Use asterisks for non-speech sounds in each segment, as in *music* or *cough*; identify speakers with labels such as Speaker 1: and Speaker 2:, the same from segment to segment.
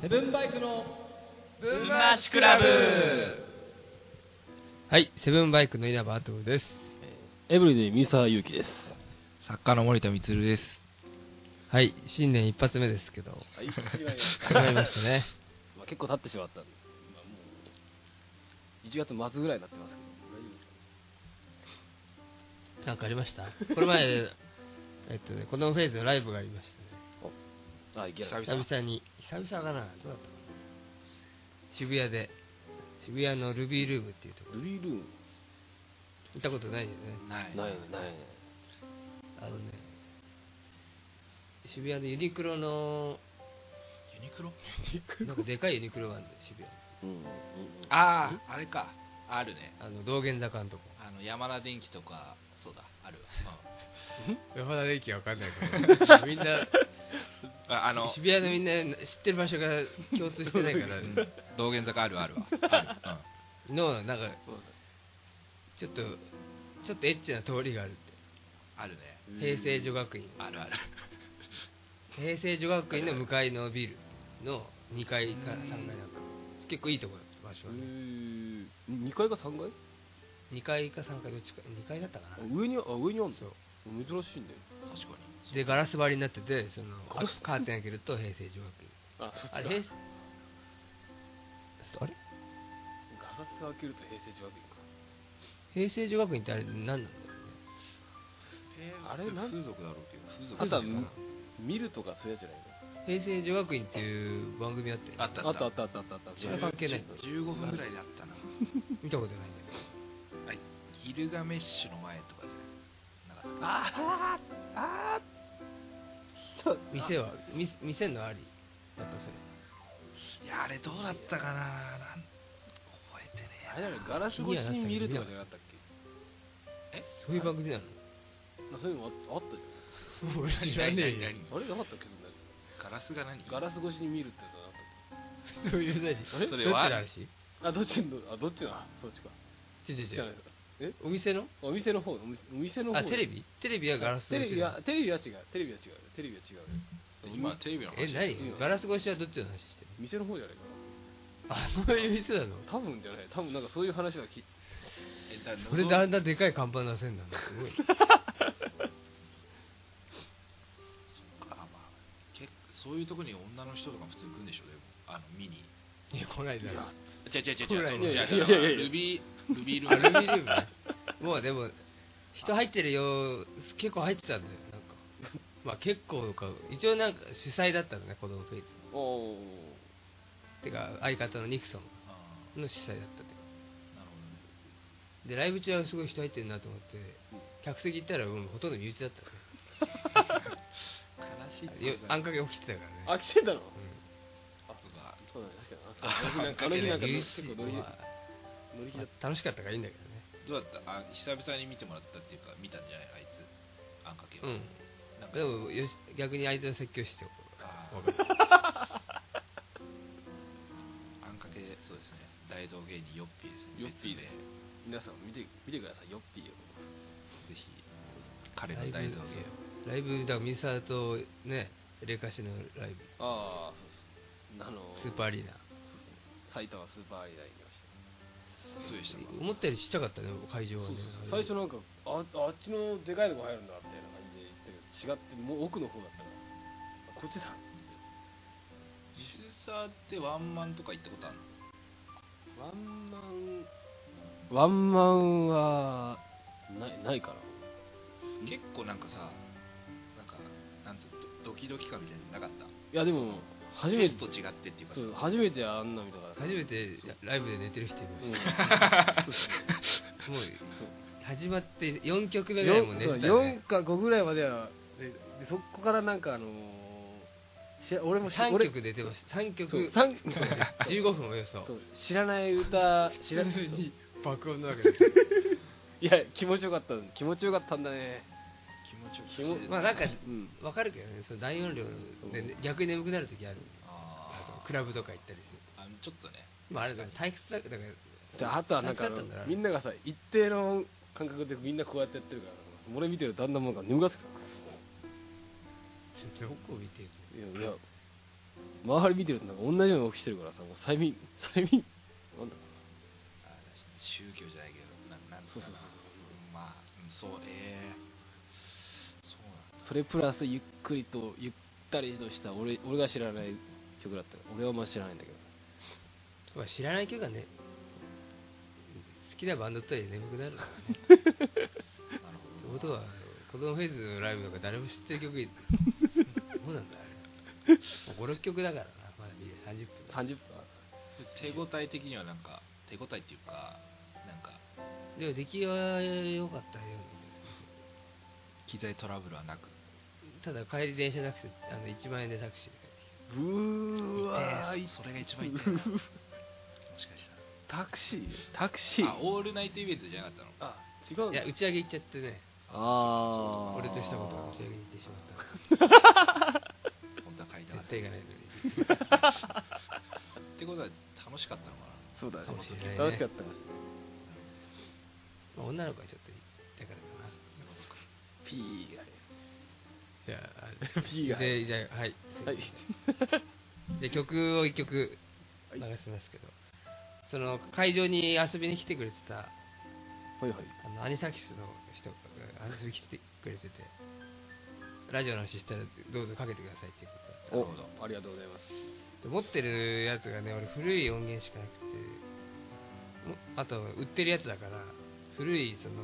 Speaker 1: ブンバイクの
Speaker 2: ブンマシクラブ
Speaker 3: はい、セブンバイクの稲葉アトムです。
Speaker 4: エブリデイミサユキです。
Speaker 5: 作家の森田充です。
Speaker 3: はい、新年一発目ですけど、
Speaker 4: はい、始まりま
Speaker 3: 始まりましたね。
Speaker 4: まあ結構経ってしまったんで、まあもう1月末ぐらいになってます
Speaker 3: なんかありましたこの前、えっとね、このフェーズのライブがありまし
Speaker 4: けど。あ、いけない。
Speaker 3: たね。久々に、久々かなどうだったかな渋谷で、渋谷のルビールームっていうところ、
Speaker 4: ルビールーム
Speaker 3: 行ったことないよね。
Speaker 5: ない
Speaker 4: ないね、ないね。
Speaker 3: あのね、渋谷のユニクロの、
Speaker 5: ユニクロ
Speaker 3: なんかでかいユニクロがあるんだよ、渋谷。
Speaker 4: うん。うん
Speaker 5: ああ、あれか。あるね。
Speaker 3: あの、道玄坂のとこ。
Speaker 5: あの、山田電機とか、そうだ、あるわ。
Speaker 3: 山田電機わかんない
Speaker 4: *laughs*
Speaker 3: けど、みんな、
Speaker 5: うんああの、
Speaker 3: 渋谷のみんな知ってる場所が共通してないから、
Speaker 5: うん道玄坂あるあるわ。あ
Speaker 3: のなんかちょっとちょっとエッチな通りがあるって
Speaker 5: る。うんあるね。
Speaker 4: うん
Speaker 3: 平成女学院
Speaker 5: あるある。
Speaker 3: 平成女学院の向かいのビルの2階から3階なんか結構いいとこだ場所
Speaker 4: う
Speaker 3: は、ね、
Speaker 4: ーん。2階か3階
Speaker 3: 2階か3階どっちか2階だったか
Speaker 4: あ
Speaker 3: な
Speaker 4: 上に、あ、上にあるんだ
Speaker 3: そう。
Speaker 4: 珍しいんだよ。
Speaker 5: 確かに。
Speaker 3: でガラス張りになっててその
Speaker 4: ガラス
Speaker 3: カーテン開けると平成女学院
Speaker 4: あ、そっち
Speaker 3: あ
Speaker 4: だ
Speaker 3: れ平成あれ
Speaker 4: ガラス開けると平成中学
Speaker 3: 平成女学院ってあれ何なんだろ
Speaker 5: え
Speaker 4: あれなん
Speaker 5: 風俗だろうけど、風
Speaker 4: 院
Speaker 5: 俗
Speaker 4: か。あとは
Speaker 5: じゃない、
Speaker 4: 見るとかそういうやつじゃないう
Speaker 3: 平成女学院っていう番組あったよね
Speaker 5: あった
Speaker 4: のあったあったあったあったあっ
Speaker 3: それは
Speaker 4: た。
Speaker 3: 関係ない
Speaker 5: 15分ぐらいだったな。
Speaker 3: 見たことないんだけど
Speaker 5: ギルガメッシュの前とかじゃなかった。
Speaker 3: 店はみ店のありやっぱそれ
Speaker 5: いや、あれどうだったかな。なん覚えてねえや
Speaker 4: あれだからガラス越しに見るとかじゃなかったっけ
Speaker 3: そういう番組なの
Speaker 4: まあそういうのもああったじ
Speaker 3: 俺知らねえよ
Speaker 4: ゃん。あれなかったっけそんなや
Speaker 5: ガラスが何
Speaker 4: つ。ガラス越しに見るってやつはなかったっけ
Speaker 3: そういう何
Speaker 5: あれそれは
Speaker 3: どっちの
Speaker 4: あ、どっちの、あ、どっちの、あそっちか。
Speaker 3: 話違う
Speaker 4: 知
Speaker 3: 違
Speaker 4: ら
Speaker 3: う
Speaker 4: な
Speaker 3: 違。
Speaker 4: いう
Speaker 3: お店の
Speaker 4: お店の方、お店お店の方。
Speaker 3: あテレビテレビはガラス
Speaker 4: テレ
Speaker 3: 越し
Speaker 4: ビ
Speaker 3: な
Speaker 4: は、テレビは違う。テレビは違う。テレビは違う。
Speaker 5: 今テレビの話
Speaker 3: え何ガラス越しはどっちの話してる
Speaker 4: 店の方じゃないか
Speaker 3: あそういう店な
Speaker 4: な。
Speaker 3: の
Speaker 4: 多分じゃない。多分なんかそういう話はき、
Speaker 5: えだ
Speaker 3: それであんなでかい看板出せんだねすごい
Speaker 5: そうかまあ結そういうとこに女の人とかも普通に来るんでしょでもあの見に
Speaker 3: いや来ないだろ
Speaker 5: 違う違う違う
Speaker 3: 来ないね
Speaker 5: 違う違う
Speaker 4: いやいやいやいや
Speaker 5: ルビールビール
Speaker 3: アルミルームね *laughs* もうでも人入ってるよ結構入ってたんだよなんかまあ結構か一応なんか主催だったのね子供フェイズ
Speaker 4: おー。
Speaker 3: てか相方のニクソ
Speaker 5: あ
Speaker 3: ンの主催だったんだよ
Speaker 5: ーなるほ
Speaker 3: でライブ中はすごい人入ってるなと思って客席行ったらもうほとんど身内だったね
Speaker 5: ど *laughs* ね悲しい
Speaker 3: よあんかけ起きてたか
Speaker 4: あ、
Speaker 3: らね。
Speaker 4: 来てたの
Speaker 3: う
Speaker 5: とか
Speaker 4: そうだね、確かに。あそうあの日なんか、あの日なんか
Speaker 3: ユー
Speaker 4: 結
Speaker 3: ス
Speaker 4: 構乗り、
Speaker 3: は
Speaker 4: 乗り気
Speaker 3: ま
Speaker 4: だ
Speaker 3: あ
Speaker 4: っ
Speaker 3: 楽しかったからいいんだけ
Speaker 5: どうだったあ久々に見てもらったっていうか見たんじゃないあいつあんかけを
Speaker 3: どね。
Speaker 5: なんか
Speaker 3: うん。でもよし逆に相手の説教して
Speaker 5: あ
Speaker 3: おこう。
Speaker 5: あんかけそうですね大道芸人ヨッピーですね
Speaker 4: ヨッピー
Speaker 5: 別名
Speaker 4: ね皆さん見て、見てください。よっぴーよ。
Speaker 5: ぜひ彼の大道芸を
Speaker 3: ライブだからミサーとねレカシのライブ
Speaker 4: ああ、そうっすね。あの、
Speaker 3: スーパーアリーナ。
Speaker 4: そうっすね。埼玉スーパーアリーナ行きました。
Speaker 5: そうでしたか
Speaker 3: 思ったよりちっちゃかったね会場
Speaker 4: そ
Speaker 3: は
Speaker 4: う
Speaker 3: ね
Speaker 4: そう。そう最初なんかああっちのでかいとこ入るんだみたいな感じで言ったけど違ってもう奥の方だったからあこっちだ
Speaker 5: 実際ってワンマンとか行ったことあるの
Speaker 4: ワンマンワンマンはないないから
Speaker 5: 結構なんかさなんかなんつうのドドキドキ感みたいなのなかった
Speaker 4: いやでも初
Speaker 5: ベ
Speaker 4: め
Speaker 5: ス
Speaker 4: て
Speaker 5: トと違ってっていうか
Speaker 4: そう初めてあんな見たから
Speaker 3: 初めてライブで寝てる人いました。もう始まって4曲目ぐらいもう寝てたよね
Speaker 4: 4。か5ぐらいまではででそこからなんかあのーし俺もし
Speaker 3: 3
Speaker 4: 俺
Speaker 3: 曲寝てました。3
Speaker 4: そう
Speaker 3: 曲
Speaker 4: 三
Speaker 3: 15分およそ
Speaker 4: そ。う知らない歌知ら
Speaker 3: 普
Speaker 4: な
Speaker 3: 通
Speaker 4: い
Speaker 3: *laughs* に爆音なわけです。
Speaker 4: いや気持ちよかった気持ちよかったんだね
Speaker 5: 気持ちよく
Speaker 4: 気持
Speaker 3: *laughs* まあなんか
Speaker 4: うん
Speaker 3: わかるけどね、その大音量でね逆に眠くなる時ある。あ
Speaker 5: あ
Speaker 3: の
Speaker 5: ー
Speaker 3: クラブとか行ったりする。
Speaker 5: あのちょっとね
Speaker 3: まああれだから退屈だから、
Speaker 4: であとはなんかあの
Speaker 3: 夏だったんだな
Speaker 4: みんながさ一定の感覚でみんなこうやってやってるから俺見てるとだんだんもうなんか眠がつく
Speaker 3: どこを見てる
Speaker 4: いやいや周り見てるとなんか同じような動きしてるからさもう催眠 *laughs* 催眠なんだ
Speaker 5: あ宗教じゃないけどななんつ
Speaker 4: そうう
Speaker 5: かな
Speaker 4: そうそうそ
Speaker 5: うんまあうんそうええそうなんだ
Speaker 4: それプラスゆっくりとゆったりとした俺俺が知らない曲だったの俺はまあ知らないんだけど
Speaker 3: まあ、知らない曲がね好きなバンドとはいえ眠くなるからねっ
Speaker 5: なる
Speaker 3: てこ
Speaker 5: ほど
Speaker 3: とは子供フェイズのライブとか誰も知ってる
Speaker 4: *laughs*
Speaker 3: 曲いどうなんだあれ56曲だからなまだ見れ30分
Speaker 4: 30分
Speaker 5: 手応え的にはなんか手応えっていうかなんか
Speaker 3: でも出来は良かったようなんです
Speaker 5: 機材トラブルはなく
Speaker 3: ただ帰り電車なくてあの1万円でタクシーで
Speaker 4: うーわー
Speaker 5: 痛えそれが一番痛
Speaker 4: *laughs*
Speaker 5: いなもしかした
Speaker 4: タクシータクシー
Speaker 5: らあオールナイトイベントじゃなかったの
Speaker 4: あ違うん
Speaker 3: 帰
Speaker 4: だ
Speaker 3: ってきていや打ち上げ行っちゃってね
Speaker 4: ああ
Speaker 3: 俺としたことが打ち上げに行ってしまった
Speaker 5: 本当
Speaker 4: *laughs*
Speaker 5: は買いた
Speaker 3: 絶
Speaker 5: かったっ
Speaker 3: 対がないのに
Speaker 5: てことは楽しかったのかな
Speaker 4: そうだね
Speaker 3: かもしれないね
Speaker 4: 楽しかったかもしれない
Speaker 3: まあ女の子はちょっとだからかな
Speaker 4: ピーがね
Speaker 3: じゃ
Speaker 4: *laughs*
Speaker 3: あ
Speaker 4: P が
Speaker 3: でじゃあはい、
Speaker 4: はい
Speaker 3: で曲を1曲
Speaker 4: は
Speaker 3: 流
Speaker 4: い
Speaker 3: しますけど、その会場に遊びに来てくれてた
Speaker 4: はいはい
Speaker 3: あのアニサキスの人が遊びに来てくれててラジオの話したらどうぞかけてくださいっていうことだった
Speaker 4: お
Speaker 5: なるほ
Speaker 4: ありがとうございます
Speaker 3: で持ってるやつがね俺古い音源しかなくてもあと売ってるやつだから古いその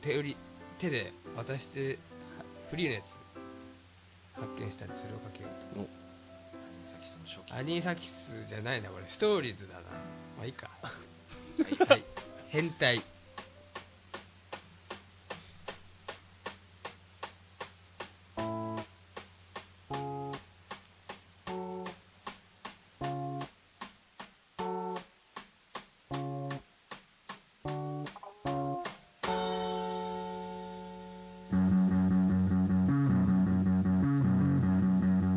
Speaker 3: 手売り手で渡してはフリーのやつ発見したんでそれをかけよう
Speaker 5: さっきその初期
Speaker 3: とアニサキスじゃないなこれストーリーズだなまあい *laughs* いか
Speaker 5: はい
Speaker 3: はい変態
Speaker 6: 「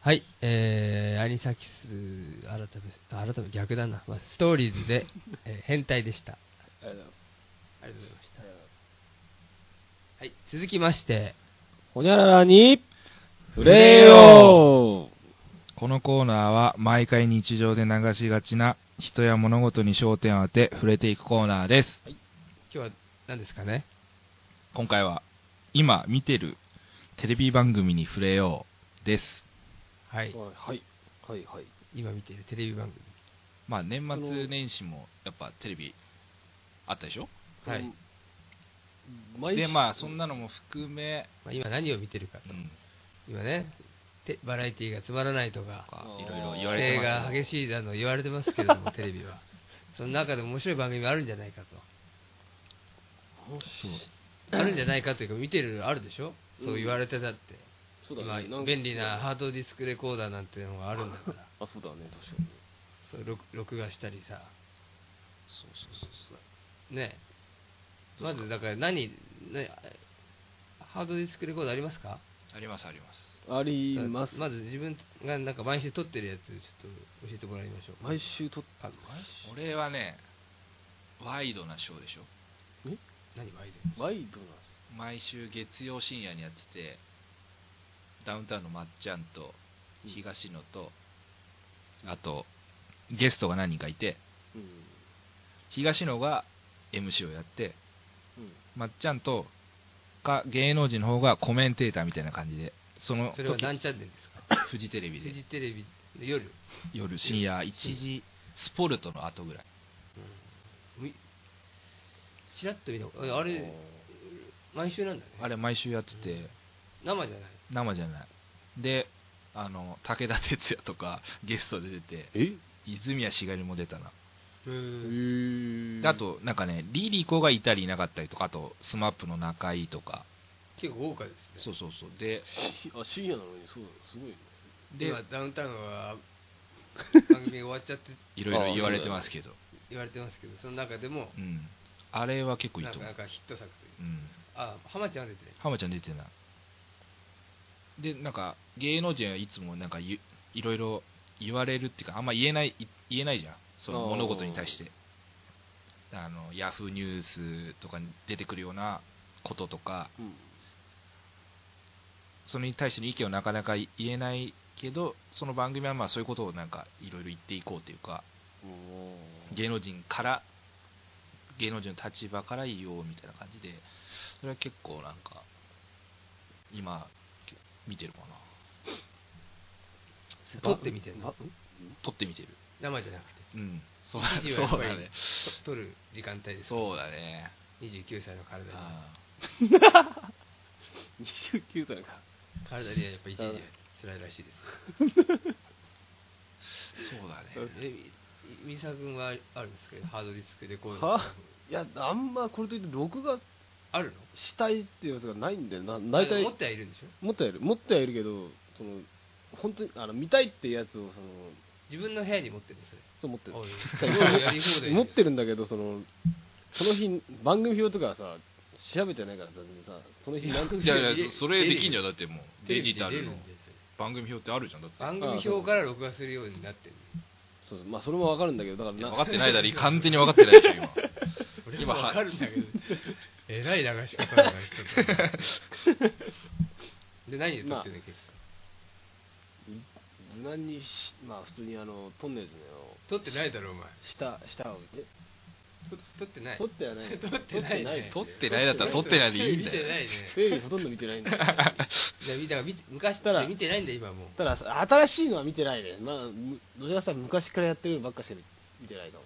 Speaker 3: はい、えー、アニサキス、改め、あ改め逆だな、まあ、ストーリーズで、えー変態でした。
Speaker 4: ありがとう
Speaker 3: ありがとうございまし
Speaker 4: ございます。
Speaker 3: た。はい、続きまして、
Speaker 4: ほにゃららに、触れよう
Speaker 5: このコーナーは毎回日常で流しがちな人や物事に焦点を当て触れていくコーナーです
Speaker 3: 今日は何ですかね
Speaker 5: 今回は今見てるテレビ番組に触れようです
Speaker 3: はい、
Speaker 4: はい。はい、はい。
Speaker 3: 今見ているテレビ番組。
Speaker 7: まあ年
Speaker 4: あの
Speaker 7: 末年始もやっぱテレビあったでしょ
Speaker 3: はい
Speaker 4: その。毎
Speaker 7: でまあそんなのも含め、
Speaker 3: まあ、今何を見てるかと
Speaker 7: う。ん、
Speaker 3: 今ね、てバラエティがつまらないとか、
Speaker 7: か
Speaker 4: あー
Speaker 7: いろいろ言わ
Speaker 3: 規
Speaker 7: れ
Speaker 3: 制
Speaker 7: てま
Speaker 3: が
Speaker 7: す
Speaker 3: 激しいだの言われてますけれども、テレビ *laughs* は。その中でも面白い番組あるんじゃないかと。あるんじゃないかというか、見てるあるでしょそう言われてたって。
Speaker 4: そうだね。
Speaker 3: 今
Speaker 4: んか
Speaker 3: 便利なハードディスクレコーダーなんていうのがあるんだ
Speaker 4: *laughs*
Speaker 3: から
Speaker 4: あ、そうだね、確かに。
Speaker 3: そう録録画したりさ
Speaker 7: そうそうそうそう
Speaker 3: ねまずだから何、ね、ハードディスクレコーダーありますか
Speaker 7: ありますあります
Speaker 4: あります。
Speaker 3: まず自分がなんか毎週撮ってるやつちょっと教えてもらいましょう
Speaker 4: 毎週撮っ
Speaker 3: パ
Speaker 4: た
Speaker 3: ッ
Speaker 4: の
Speaker 7: 俺はねワイドなショーでしょ
Speaker 3: 何毎で
Speaker 4: ワイドな。
Speaker 7: 毎週月曜深夜にやっててダウンタウンのまっちゃんと東野と
Speaker 5: あとゲストが何人かいて
Speaker 4: うん。
Speaker 5: 東野が MC をやって
Speaker 4: うん。
Speaker 5: まっちゃんとか芸能人の方がコメンテーターみたいな感じでその
Speaker 3: それは
Speaker 5: 時
Speaker 3: 何チャンネルですか
Speaker 7: フジテレビ
Speaker 3: フ
Speaker 7: で
Speaker 3: ジテレビの夜、
Speaker 5: 夜深夜1
Speaker 7: 1
Speaker 5: 時
Speaker 7: 時スポルトの後ぐらい
Speaker 3: みチラッと見たああれ毎週なんだね
Speaker 5: あれ毎週やってて
Speaker 3: 生じゃない
Speaker 5: 生じゃないであの武田鉄矢とかゲストで出て
Speaker 4: えへ
Speaker 5: 泉谷しがりも出たな
Speaker 3: うーん
Speaker 4: え
Speaker 5: であ、となんかねリリコがいたりいなかったりとかあと SMAP の中井とか
Speaker 3: 結構豪華です
Speaker 7: そ
Speaker 3: ね
Speaker 7: うそうそうで
Speaker 4: しあ、深夜なのに、そうだ、すごいね。
Speaker 7: で
Speaker 3: 今ダウンタウンは番組が終わっちゃって
Speaker 7: いろい
Speaker 4: あ
Speaker 7: ろ
Speaker 4: あ
Speaker 7: 言われてますけど
Speaker 3: 言われてますけどその中でも
Speaker 5: うんあれは結構いい
Speaker 3: なん
Speaker 5: と
Speaker 3: か
Speaker 5: 思
Speaker 3: なか
Speaker 5: うん
Speaker 3: ヒット作という
Speaker 5: うん
Speaker 3: あ浜ちゃんは出てない
Speaker 5: 浜ちゃん出てないでなんか芸能人はいつもなんかゆいろいろ言われるっていうかあんま言えないい言えないじゃんその
Speaker 4: あー
Speaker 5: 物事に対してあのヤフーニュースとかに出てくるようなこととか
Speaker 4: うん。
Speaker 5: それに対しての意見をなかなか言えないけどその番組はまあそういうことをなんかいろいろ言っていこうというか
Speaker 4: おー
Speaker 5: 芸能人から芸能人の立場から言おうみたいな感じでそれは結構なんか今け見てるかな
Speaker 3: 撮ってみてんの
Speaker 4: ば
Speaker 5: 撮ってみてる
Speaker 3: 生じゃなくて
Speaker 5: うんそうだ *laughs*
Speaker 3: 記事はやっ
Speaker 5: そう
Speaker 3: ぱ
Speaker 5: だ
Speaker 3: り
Speaker 5: ね
Speaker 3: と撮る時間帯です
Speaker 7: そうだね
Speaker 3: 29歳の体に
Speaker 7: あ
Speaker 4: 29歳か。
Speaker 3: 体にはやっぱ一時は辛いらしいです
Speaker 7: あそうだね
Speaker 3: えみみさ君はあるんですけどハードディスクでこういうの
Speaker 4: はいや、あんまこれといって、録画
Speaker 3: あるの
Speaker 4: したいっていうやつがないんだよな、大体
Speaker 3: 持ってはいるんでしょ
Speaker 4: 持ってはいる、持ってはいるけど、その本当にあの見たいってやつをその
Speaker 3: 自分の部屋に持ってるのそれ
Speaker 4: *laughs* そう持ってる
Speaker 3: おいおいやり放題
Speaker 4: 持ってるんだけど、そのその日、番組表とかさ、調べてないからさ、全然さその日なん
Speaker 3: い
Speaker 7: いやいやそそれできんじゃん
Speaker 3: ん
Speaker 7: だってもうデジタルの番組表ってあるじゃんだって
Speaker 3: 番組表から録画するようになってる
Speaker 4: そうそうまあ、それもわかるんだけど、だから
Speaker 7: いや
Speaker 4: な
Speaker 7: 分かってないだろ完全に分かってないでしょ今
Speaker 5: *laughs*
Speaker 3: 俺
Speaker 7: 今
Speaker 3: も
Speaker 7: は
Speaker 3: わかるんだけどえらい流し方だな人と *laughs* で何で撮ってるの結構
Speaker 4: 無難にし、まあ、普通にあのトンネルズの
Speaker 3: 撮ってないだろお前
Speaker 4: 下下をえ
Speaker 3: と撮ってない
Speaker 4: 撮ってはない
Speaker 7: *laughs*
Speaker 3: 撮ってないね
Speaker 7: 撮ってないだったら撮ってないでいいんだ
Speaker 3: 見てな
Speaker 7: よ
Speaker 3: いね
Speaker 4: テレビほとんど見てない
Speaker 7: *laughs*
Speaker 4: んだよ
Speaker 3: じゃあ見た見て昔
Speaker 4: ただ
Speaker 3: 見てないんだよ今もう
Speaker 4: ただ新しいのは見てないね、まあ、む野田さん昔からやってるのばっかしか見てないかも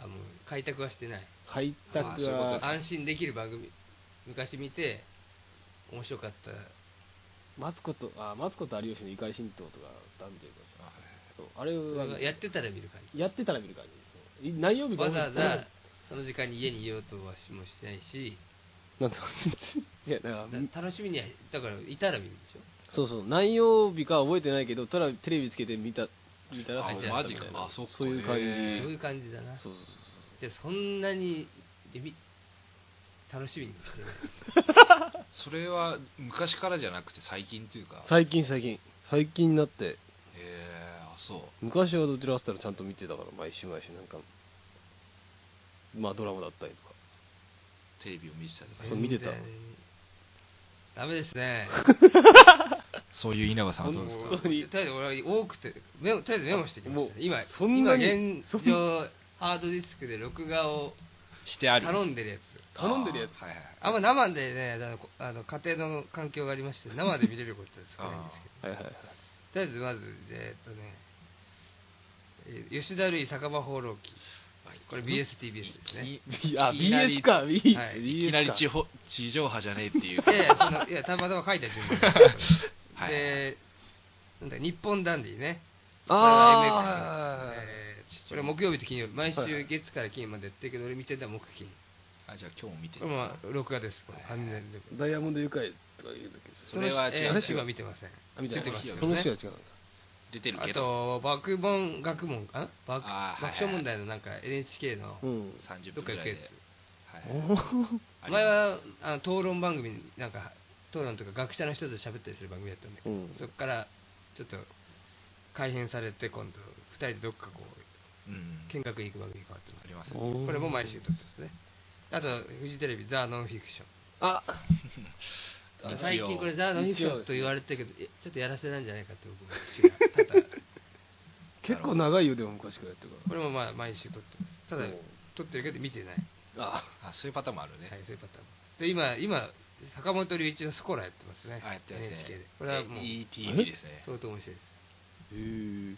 Speaker 3: あもう開拓はしてない
Speaker 4: 開
Speaker 7: あ
Speaker 4: 拓
Speaker 7: そういうこと
Speaker 4: は
Speaker 7: だ
Speaker 3: 安心できる番組昔見て面白かった
Speaker 4: マツコとあマツコと有吉の怒り神道とかダメというかそうあれ
Speaker 3: それは
Speaker 4: は
Speaker 3: やってたら見る感じ
Speaker 4: やってたら見る感じ *laughs* ですねい何曜日か
Speaker 3: わざわざ
Speaker 4: 俺
Speaker 3: その時間に家にいようとはしもしないし
Speaker 4: なんとかいやだから
Speaker 3: だ楽しみにはだからいたら見るでしょ
Speaker 4: そうそう何曜日かは覚えてないけどただテレビつけて見た見たら
Speaker 7: あ
Speaker 4: 入ってなったみた
Speaker 7: マ
Speaker 4: いな
Speaker 7: ジかあそっか
Speaker 4: そういう感じ、
Speaker 7: へえ
Speaker 3: そういう感じだな
Speaker 4: そうそう
Speaker 3: じゃあそんなにえみ楽しみにしてない
Speaker 7: それは昔からじゃなくて最近というか
Speaker 4: そう最近最近最近になって
Speaker 5: えー、あそ
Speaker 4: 昔はどちらかって言ったらちゃんと見てたから毎週毎週なんかまあドラマだったりとか
Speaker 5: うテレビを見てたとか
Speaker 4: そう見てた
Speaker 3: 全然ダメですね。
Speaker 1: そういう稲葉さんはどうですか
Speaker 3: もうとりあえず俺は多くて、メモとりあえずメモしてきましたね。今、
Speaker 4: そんなに
Speaker 3: 今現状、ハードディスクで録画を
Speaker 1: してある
Speaker 3: 頼んでるやつ。
Speaker 8: 頼んでるやつ
Speaker 5: はいはいはい
Speaker 3: あんま生でね、あのこあの家庭の環境がありまして、生で見れることですから
Speaker 5: あ
Speaker 4: はいはいはい
Speaker 3: とりあえずまず、えーっとね、えー吉田類酒場放浪記。これ BSTBS ですね。
Speaker 4: B- あ
Speaker 5: いきなり
Speaker 4: BS か BS
Speaker 3: はい
Speaker 5: いきなり地
Speaker 4: BS か
Speaker 5: 方地上波じゃねえってい
Speaker 3: い
Speaker 5: う
Speaker 3: やいや、そ
Speaker 5: *laughs*
Speaker 3: のいやたまたま書いた順番
Speaker 5: はい
Speaker 3: で、なんだ、日本ダンディね。
Speaker 4: あー
Speaker 3: えーこれ木曜日と金曜日、毎週
Speaker 4: はいはい
Speaker 3: 月から金までやってるけど、俺見てた木金。
Speaker 5: あじゃあ今日も見て
Speaker 3: これも録画です、これ完全に。
Speaker 4: ダイヤモンド愉快とか言うんだけど
Speaker 5: それは違
Speaker 3: え
Speaker 5: う
Speaker 3: ー、週は見てません。
Speaker 4: あ見てない
Speaker 5: 見てますよね
Speaker 4: その週は違うんだ
Speaker 5: 出てる
Speaker 3: あ
Speaker 5: け
Speaker 3: と、
Speaker 5: ど
Speaker 3: 爆問、学問かな爆
Speaker 5: あー
Speaker 3: 爆
Speaker 5: はいはい
Speaker 3: 笑問題のなんか NHK の
Speaker 4: うん
Speaker 5: 30
Speaker 3: ど
Speaker 5: 分
Speaker 3: っか行
Speaker 5: ぐらい
Speaker 3: くや
Speaker 5: で
Speaker 3: つ。
Speaker 5: はいはいあります
Speaker 3: 前はあの討論番組、なんか、討論とか学者の人と喋ったりする番組だったんだけど、
Speaker 4: うん
Speaker 3: そこからちょっと改編されて、今度、2人でどっかこう、
Speaker 5: うん
Speaker 3: 見学に行く番組に変わってます
Speaker 5: あ。りますね
Speaker 4: こ
Speaker 3: これも毎週撮ってますね。あと、フジテレビ、ザ・ノンフィクション。
Speaker 4: あ
Speaker 5: 一応
Speaker 3: 最近これザ・ノンフィクションと言われてるけど、えちょっとやらせなんじゃないかって僕も違う。ただ、
Speaker 4: 結構長いよでも昔からやってる
Speaker 3: これもまあ毎週撮ってます。ただ、撮ってるけど見てない。
Speaker 4: からあ
Speaker 5: あそういうパターンもあるね、
Speaker 3: はい、そういうパターン。で、今、今、坂本龍一のスコラやってますね。
Speaker 5: あやってますね
Speaker 3: NHK で。これはもう、
Speaker 5: いい TV ですね
Speaker 3: 相当面白いです。
Speaker 4: へえ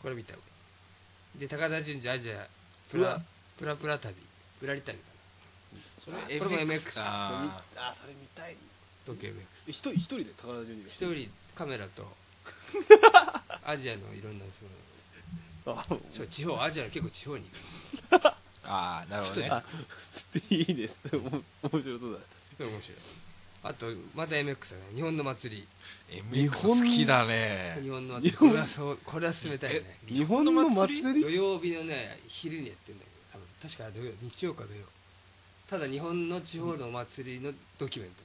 Speaker 3: これ見た方がいい。で、高田純次アジア、プ
Speaker 4: う
Speaker 3: ラ
Speaker 4: わ、
Speaker 3: プラプラ旅、プラリ旅か
Speaker 8: そ
Speaker 3: な。
Speaker 8: れ
Speaker 3: こ
Speaker 8: あ
Speaker 3: れも MX か。
Speaker 5: あ
Speaker 8: それ見たい
Speaker 3: 東京 MX。
Speaker 8: 一人一人で宝田純次が
Speaker 3: 一人カメ *laughs* ラとアジアのいろんなそのそう地方アジアの結構地方に
Speaker 5: ーあーなるほどね
Speaker 4: いいですおも面白そうだ
Speaker 3: 行くそれ面白いあとまた MX だね日本の祭り
Speaker 1: MX 好きだね
Speaker 3: 日本の祭りこれはそうこれは進めたいね
Speaker 4: 日本の祭り
Speaker 3: 土曜日のね昼にやってんだけど多分確か土曜日曜か土曜ただ日本の地方のお祭りのドキュメント、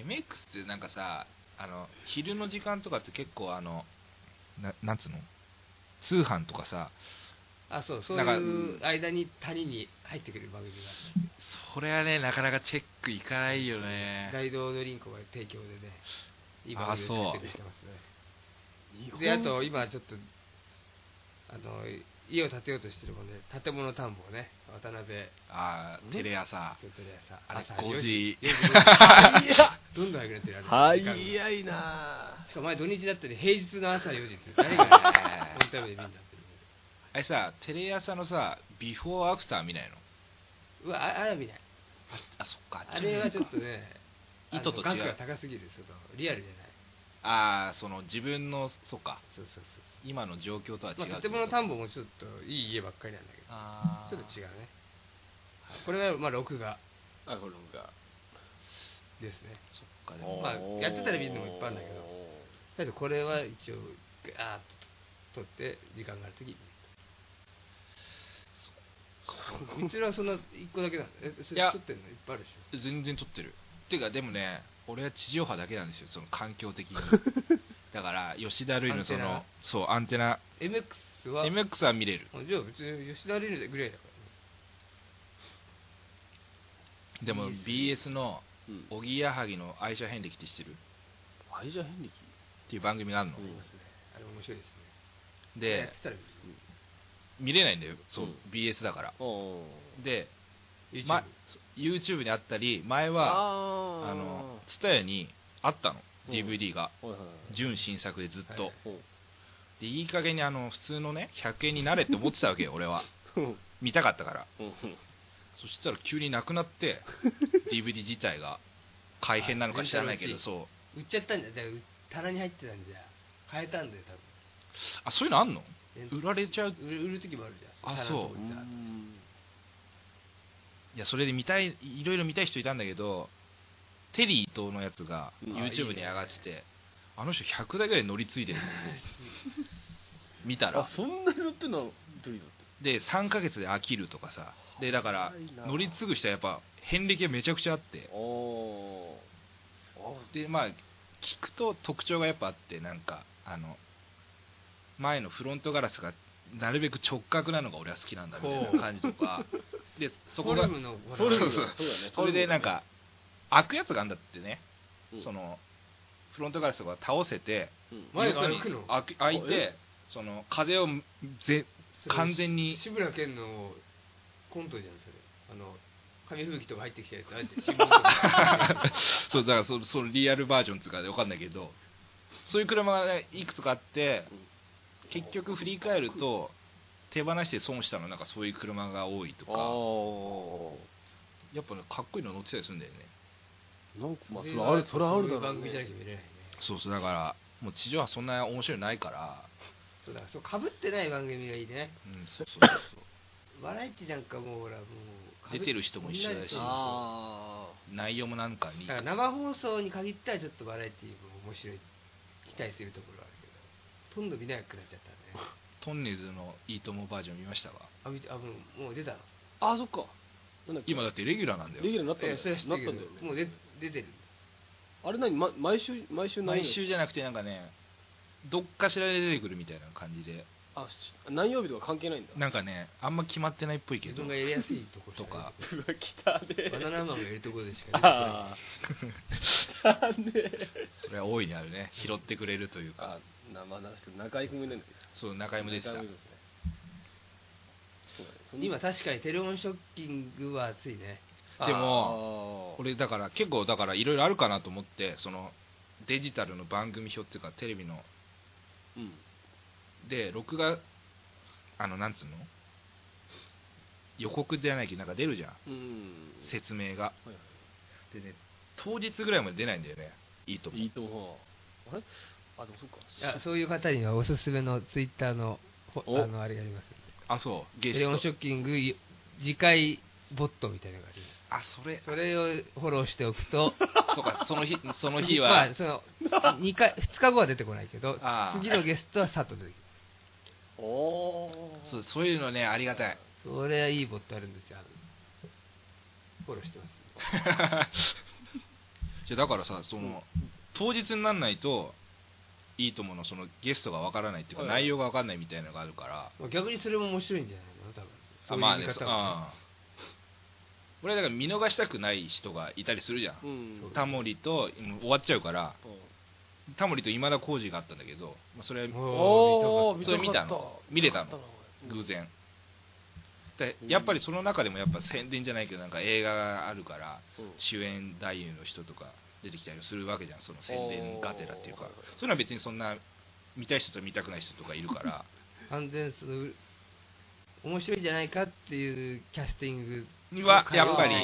Speaker 5: MX ってなんかさあの昼の時間とかって結構あのななんつうの通販とかさ
Speaker 3: あそうそう
Speaker 5: なん
Speaker 3: い
Speaker 5: か
Speaker 3: う間に谷に入ってくる番組が
Speaker 5: それはねなかなかチェックいかないよ
Speaker 3: 大
Speaker 5: ね
Speaker 3: 道ドリンクが提供でねいい番組
Speaker 5: あ
Speaker 3: を
Speaker 5: そう
Speaker 3: 作ってきてますねであと今ちょっとあの家を建てようとしてるもんで建物探訪ね渡辺
Speaker 5: あーテレ朝
Speaker 3: ちょっとねさ
Speaker 5: あれ
Speaker 3: 朝
Speaker 5: 5
Speaker 3: 4
Speaker 5: 時
Speaker 3: 4時5時ど *laughs* んどん早くなってるあれ時間が
Speaker 4: 早いな
Speaker 3: しかも前土日だったり平日の朝4時って誰がねオンタイムで見んだって
Speaker 5: あれさテレ朝のさビフォーアフター見ないの
Speaker 3: うわああれは見ない
Speaker 5: あそっか
Speaker 3: あれはちょっとねあの
Speaker 5: 意図と違う
Speaker 3: 額が高すぎるそのリアルじゃない
Speaker 5: ああその自分のそっか
Speaker 3: そうそう
Speaker 5: 今の状況とは違
Speaker 3: そうう、まあ、建物探訪もちょっといい家ばっかりなんだけど
Speaker 5: あ
Speaker 3: ちょっと違うねこれがまあ録画
Speaker 8: あこれ僕が
Speaker 3: ですね
Speaker 5: そっかでも
Speaker 3: まあやってたら見るのもいっぱいあるんだけどだけどこれは一応ガーッと撮って時間がある時に見るちらはそんな一個だけなんだえそ
Speaker 5: い
Speaker 3: れ
Speaker 5: や
Speaker 3: 撮ってんのいっぱいあるでしょ
Speaker 5: 全然撮ってるていうかでもね俺は地上波だけなんですよその環境
Speaker 3: *laughs*
Speaker 5: 的にだから吉田類のそ
Speaker 3: アンテ
Speaker 5: の
Speaker 3: ナ
Speaker 5: そうアンテナ
Speaker 3: MX は
Speaker 5: MX は見れる
Speaker 3: あじゃあ別に吉田リルぐらいだから
Speaker 5: でも BS の
Speaker 4: うん
Speaker 5: おぎやはぎの愛車遍歴って知ってるっ
Speaker 4: あれじゃ変歴
Speaker 5: ていう番組があるの、
Speaker 3: ねあれ面白いですねやっ
Speaker 5: で
Speaker 3: てたら見る
Speaker 5: 見れないんだよそう、
Speaker 4: うん
Speaker 5: BS だから
Speaker 4: お
Speaker 5: で
Speaker 3: YouTube
Speaker 5: ま YouTube にあったり前は
Speaker 4: あ
Speaker 5: あの TSUTAYA にあったの DVD が
Speaker 4: はいはい
Speaker 5: 純新作でずっと、
Speaker 3: はい
Speaker 4: はい
Speaker 5: でいい加減にあの普通のね100円になれって思ってたわけよ俺は
Speaker 4: うん
Speaker 5: 見たかったから
Speaker 4: うん
Speaker 5: そしたら急になくなって DVD 自体が改変なのか知らないけ
Speaker 3: あ
Speaker 5: ど
Speaker 3: レンタ
Speaker 5: そう
Speaker 3: 売っちゃったんじゃんだから棚に入ってたんじゃ変えたんだよ
Speaker 5: あそういうのあんの
Speaker 3: 多分
Speaker 5: 売られちゃう
Speaker 3: 売る売る時もあるじゃん
Speaker 5: あ
Speaker 3: 棚のとこ
Speaker 5: そう
Speaker 3: 行ったら
Speaker 5: いやそれで見たいいろいろ見たい人いたんだけどテリー伊藤のやつが
Speaker 4: うん
Speaker 5: YouTube に上がってて、あの人100台ぐらい乗り継いでるの見たら
Speaker 8: あそんなに乗ってんのどういうのって
Speaker 5: で3ヶ月で飽きるとかさでだから
Speaker 8: 早いな
Speaker 5: 乗り継ぐ人はやっぱ遍歴がめちゃくちゃあって
Speaker 8: おー
Speaker 5: でまあ聞くと特徴がやっぱあってなんかあの前のフロントガラスがなるべく直角なのが俺は好きなんだみたいな感じとか
Speaker 3: *laughs*
Speaker 5: でそこ
Speaker 3: フォ
Speaker 5: が
Speaker 3: ルムの
Speaker 5: フォルム
Speaker 8: そうだね
Speaker 5: それでなんか開くやつがあんだってね、
Speaker 4: うん
Speaker 5: そのフロントガラスが倒せて
Speaker 4: うん
Speaker 3: 前が
Speaker 5: 要
Speaker 3: 歩く
Speaker 5: するに
Speaker 3: の
Speaker 5: 開き開い
Speaker 4: あえ
Speaker 5: てその風をぜ完全に
Speaker 3: 志村けんのコントじゃんそれあの紙吹雪とか入ってきたやつあえて新聞と
Speaker 5: *laughs*
Speaker 3: か
Speaker 5: そうだからそそのリアルバージョンとかで分かんないけどそういう車がねいくつかあって結局振り返ると手放して損したのなんかそういう車が多いと
Speaker 4: あ
Speaker 5: か
Speaker 4: あ
Speaker 5: やっぱねかっこいいの乗ってたりするんだよね
Speaker 4: なんかまあそれあるそれはあるだろ
Speaker 3: そういう
Speaker 4: う
Speaker 3: 番組じゃな
Speaker 4: ね
Speaker 3: きゃ見れないね
Speaker 5: そうそうだからもう地上波そんな面白いのないから
Speaker 3: そうだそうかぶってない番組がいいね
Speaker 5: うんそうそうそうそう
Speaker 3: バラエティなんかもうほらもう
Speaker 5: 出てる人も一緒だ
Speaker 3: 同
Speaker 5: し
Speaker 3: じ
Speaker 4: あ
Speaker 5: 内容もなんかに
Speaker 3: だから生放送に限ったらちょっとバラエティも面白い期待するところはあるけどほとんど見なくなっちゃったね
Speaker 5: トンネルズの「いいとも」バージョン見ましたか
Speaker 3: あ見てあもうもう出たの
Speaker 4: あああそっかなんだっけ
Speaker 5: 今だってレギュラーなんだ
Speaker 8: レギュ
Speaker 5: よ
Speaker 8: ラーになったんだよ
Speaker 3: えそれは知ってるけど
Speaker 8: なったんだよね
Speaker 3: もう出出てる
Speaker 4: あれ何ま毎週毎週何曜
Speaker 5: 毎
Speaker 4: 日
Speaker 5: 週じゃなくてなんかねどっかしらで出てくるみたいな感じで
Speaker 4: あし
Speaker 8: 何曜日とか関係ないんだ
Speaker 5: なんかねあんま決まってないっぽいけ
Speaker 3: 自
Speaker 5: ど
Speaker 3: 分がやりやすいところ
Speaker 5: とか
Speaker 8: うわ来たね
Speaker 3: バナナマンがいるところでしか出てこない
Speaker 8: ああ来たね
Speaker 5: それは大いにあるね拾ってくれるという
Speaker 4: あ
Speaker 5: か
Speaker 4: 生出して中居君もいないんだけ
Speaker 5: そう中居も出てた
Speaker 4: 中居君ですねそうだねそんな
Speaker 3: 今確かにテレオンショッキングは熱いね
Speaker 5: で
Speaker 4: あ
Speaker 5: も
Speaker 4: ー
Speaker 5: 俺だから結構だからいろいろあるかなと思ってそのデジタルの番組表っていうかテレビの
Speaker 4: うん
Speaker 5: で録画あのなんつうの予告じゃないけどなんか出るじゃ
Speaker 4: う
Speaker 5: ん
Speaker 4: ん
Speaker 5: 説明が
Speaker 4: はいはい
Speaker 5: でね当日ぐらいまで出ないんだよねいいと思う
Speaker 4: いいと思う。あれあ、でもそっか。
Speaker 3: いやそういう方にはおすすめのツイッターのほ
Speaker 4: お
Speaker 3: あのあれがありますよね
Speaker 5: あそうゲ
Speaker 3: テレオン
Speaker 5: ス
Speaker 3: シ
Speaker 5: ト
Speaker 3: ョッキングい次回ボットみたいなのがあります
Speaker 5: あそれ
Speaker 3: それをフォローしておく
Speaker 5: *laughs*
Speaker 3: と
Speaker 5: そうかその日その日
Speaker 3: *laughs* ま
Speaker 5: は
Speaker 3: あその 2, 回2日後
Speaker 5: *laughs*
Speaker 3: は出てこないけど
Speaker 5: あー
Speaker 3: 次のゲストはさっと出てくる
Speaker 4: おおー。
Speaker 5: そうそういうのねありがたい
Speaker 3: それはいいボットあるんですよあのフォローしてます
Speaker 5: じゃあだからさその、当日にならないといいとものそのゲストがわからないっていうか、
Speaker 8: はい
Speaker 5: 内容がわかんないみたいなのがあるから
Speaker 3: まあ逆にそれも面白いんじゃないの多分そうい
Speaker 5: まあ
Speaker 3: う見
Speaker 5: ね
Speaker 3: 方
Speaker 5: そ
Speaker 3: も
Speaker 5: あ俺はだから見逃したくない人がいたりするじゃん、
Speaker 4: うん。
Speaker 5: タモリともう終わっちゃうから
Speaker 4: うん
Speaker 5: タモリと今田耕司があったんだけど、まあ、それは
Speaker 3: お
Speaker 5: それ見たの見れたの偶然でやっぱりその中でもやっぱ宣伝じゃないけどなんか映画があるから
Speaker 4: うん
Speaker 5: 主演男優の人とか出てきたりするわけじゃんその宣伝がてらっていう
Speaker 4: お
Speaker 5: か
Speaker 4: ー
Speaker 5: そういうのは別にそんな見たい人と見たくない人とかいるから
Speaker 3: *laughs* 完全にその面白いんじゃないかっていうキャスティング
Speaker 5: には
Speaker 3: 会
Speaker 5: や
Speaker 3: 話
Speaker 5: っぱり
Speaker 3: あ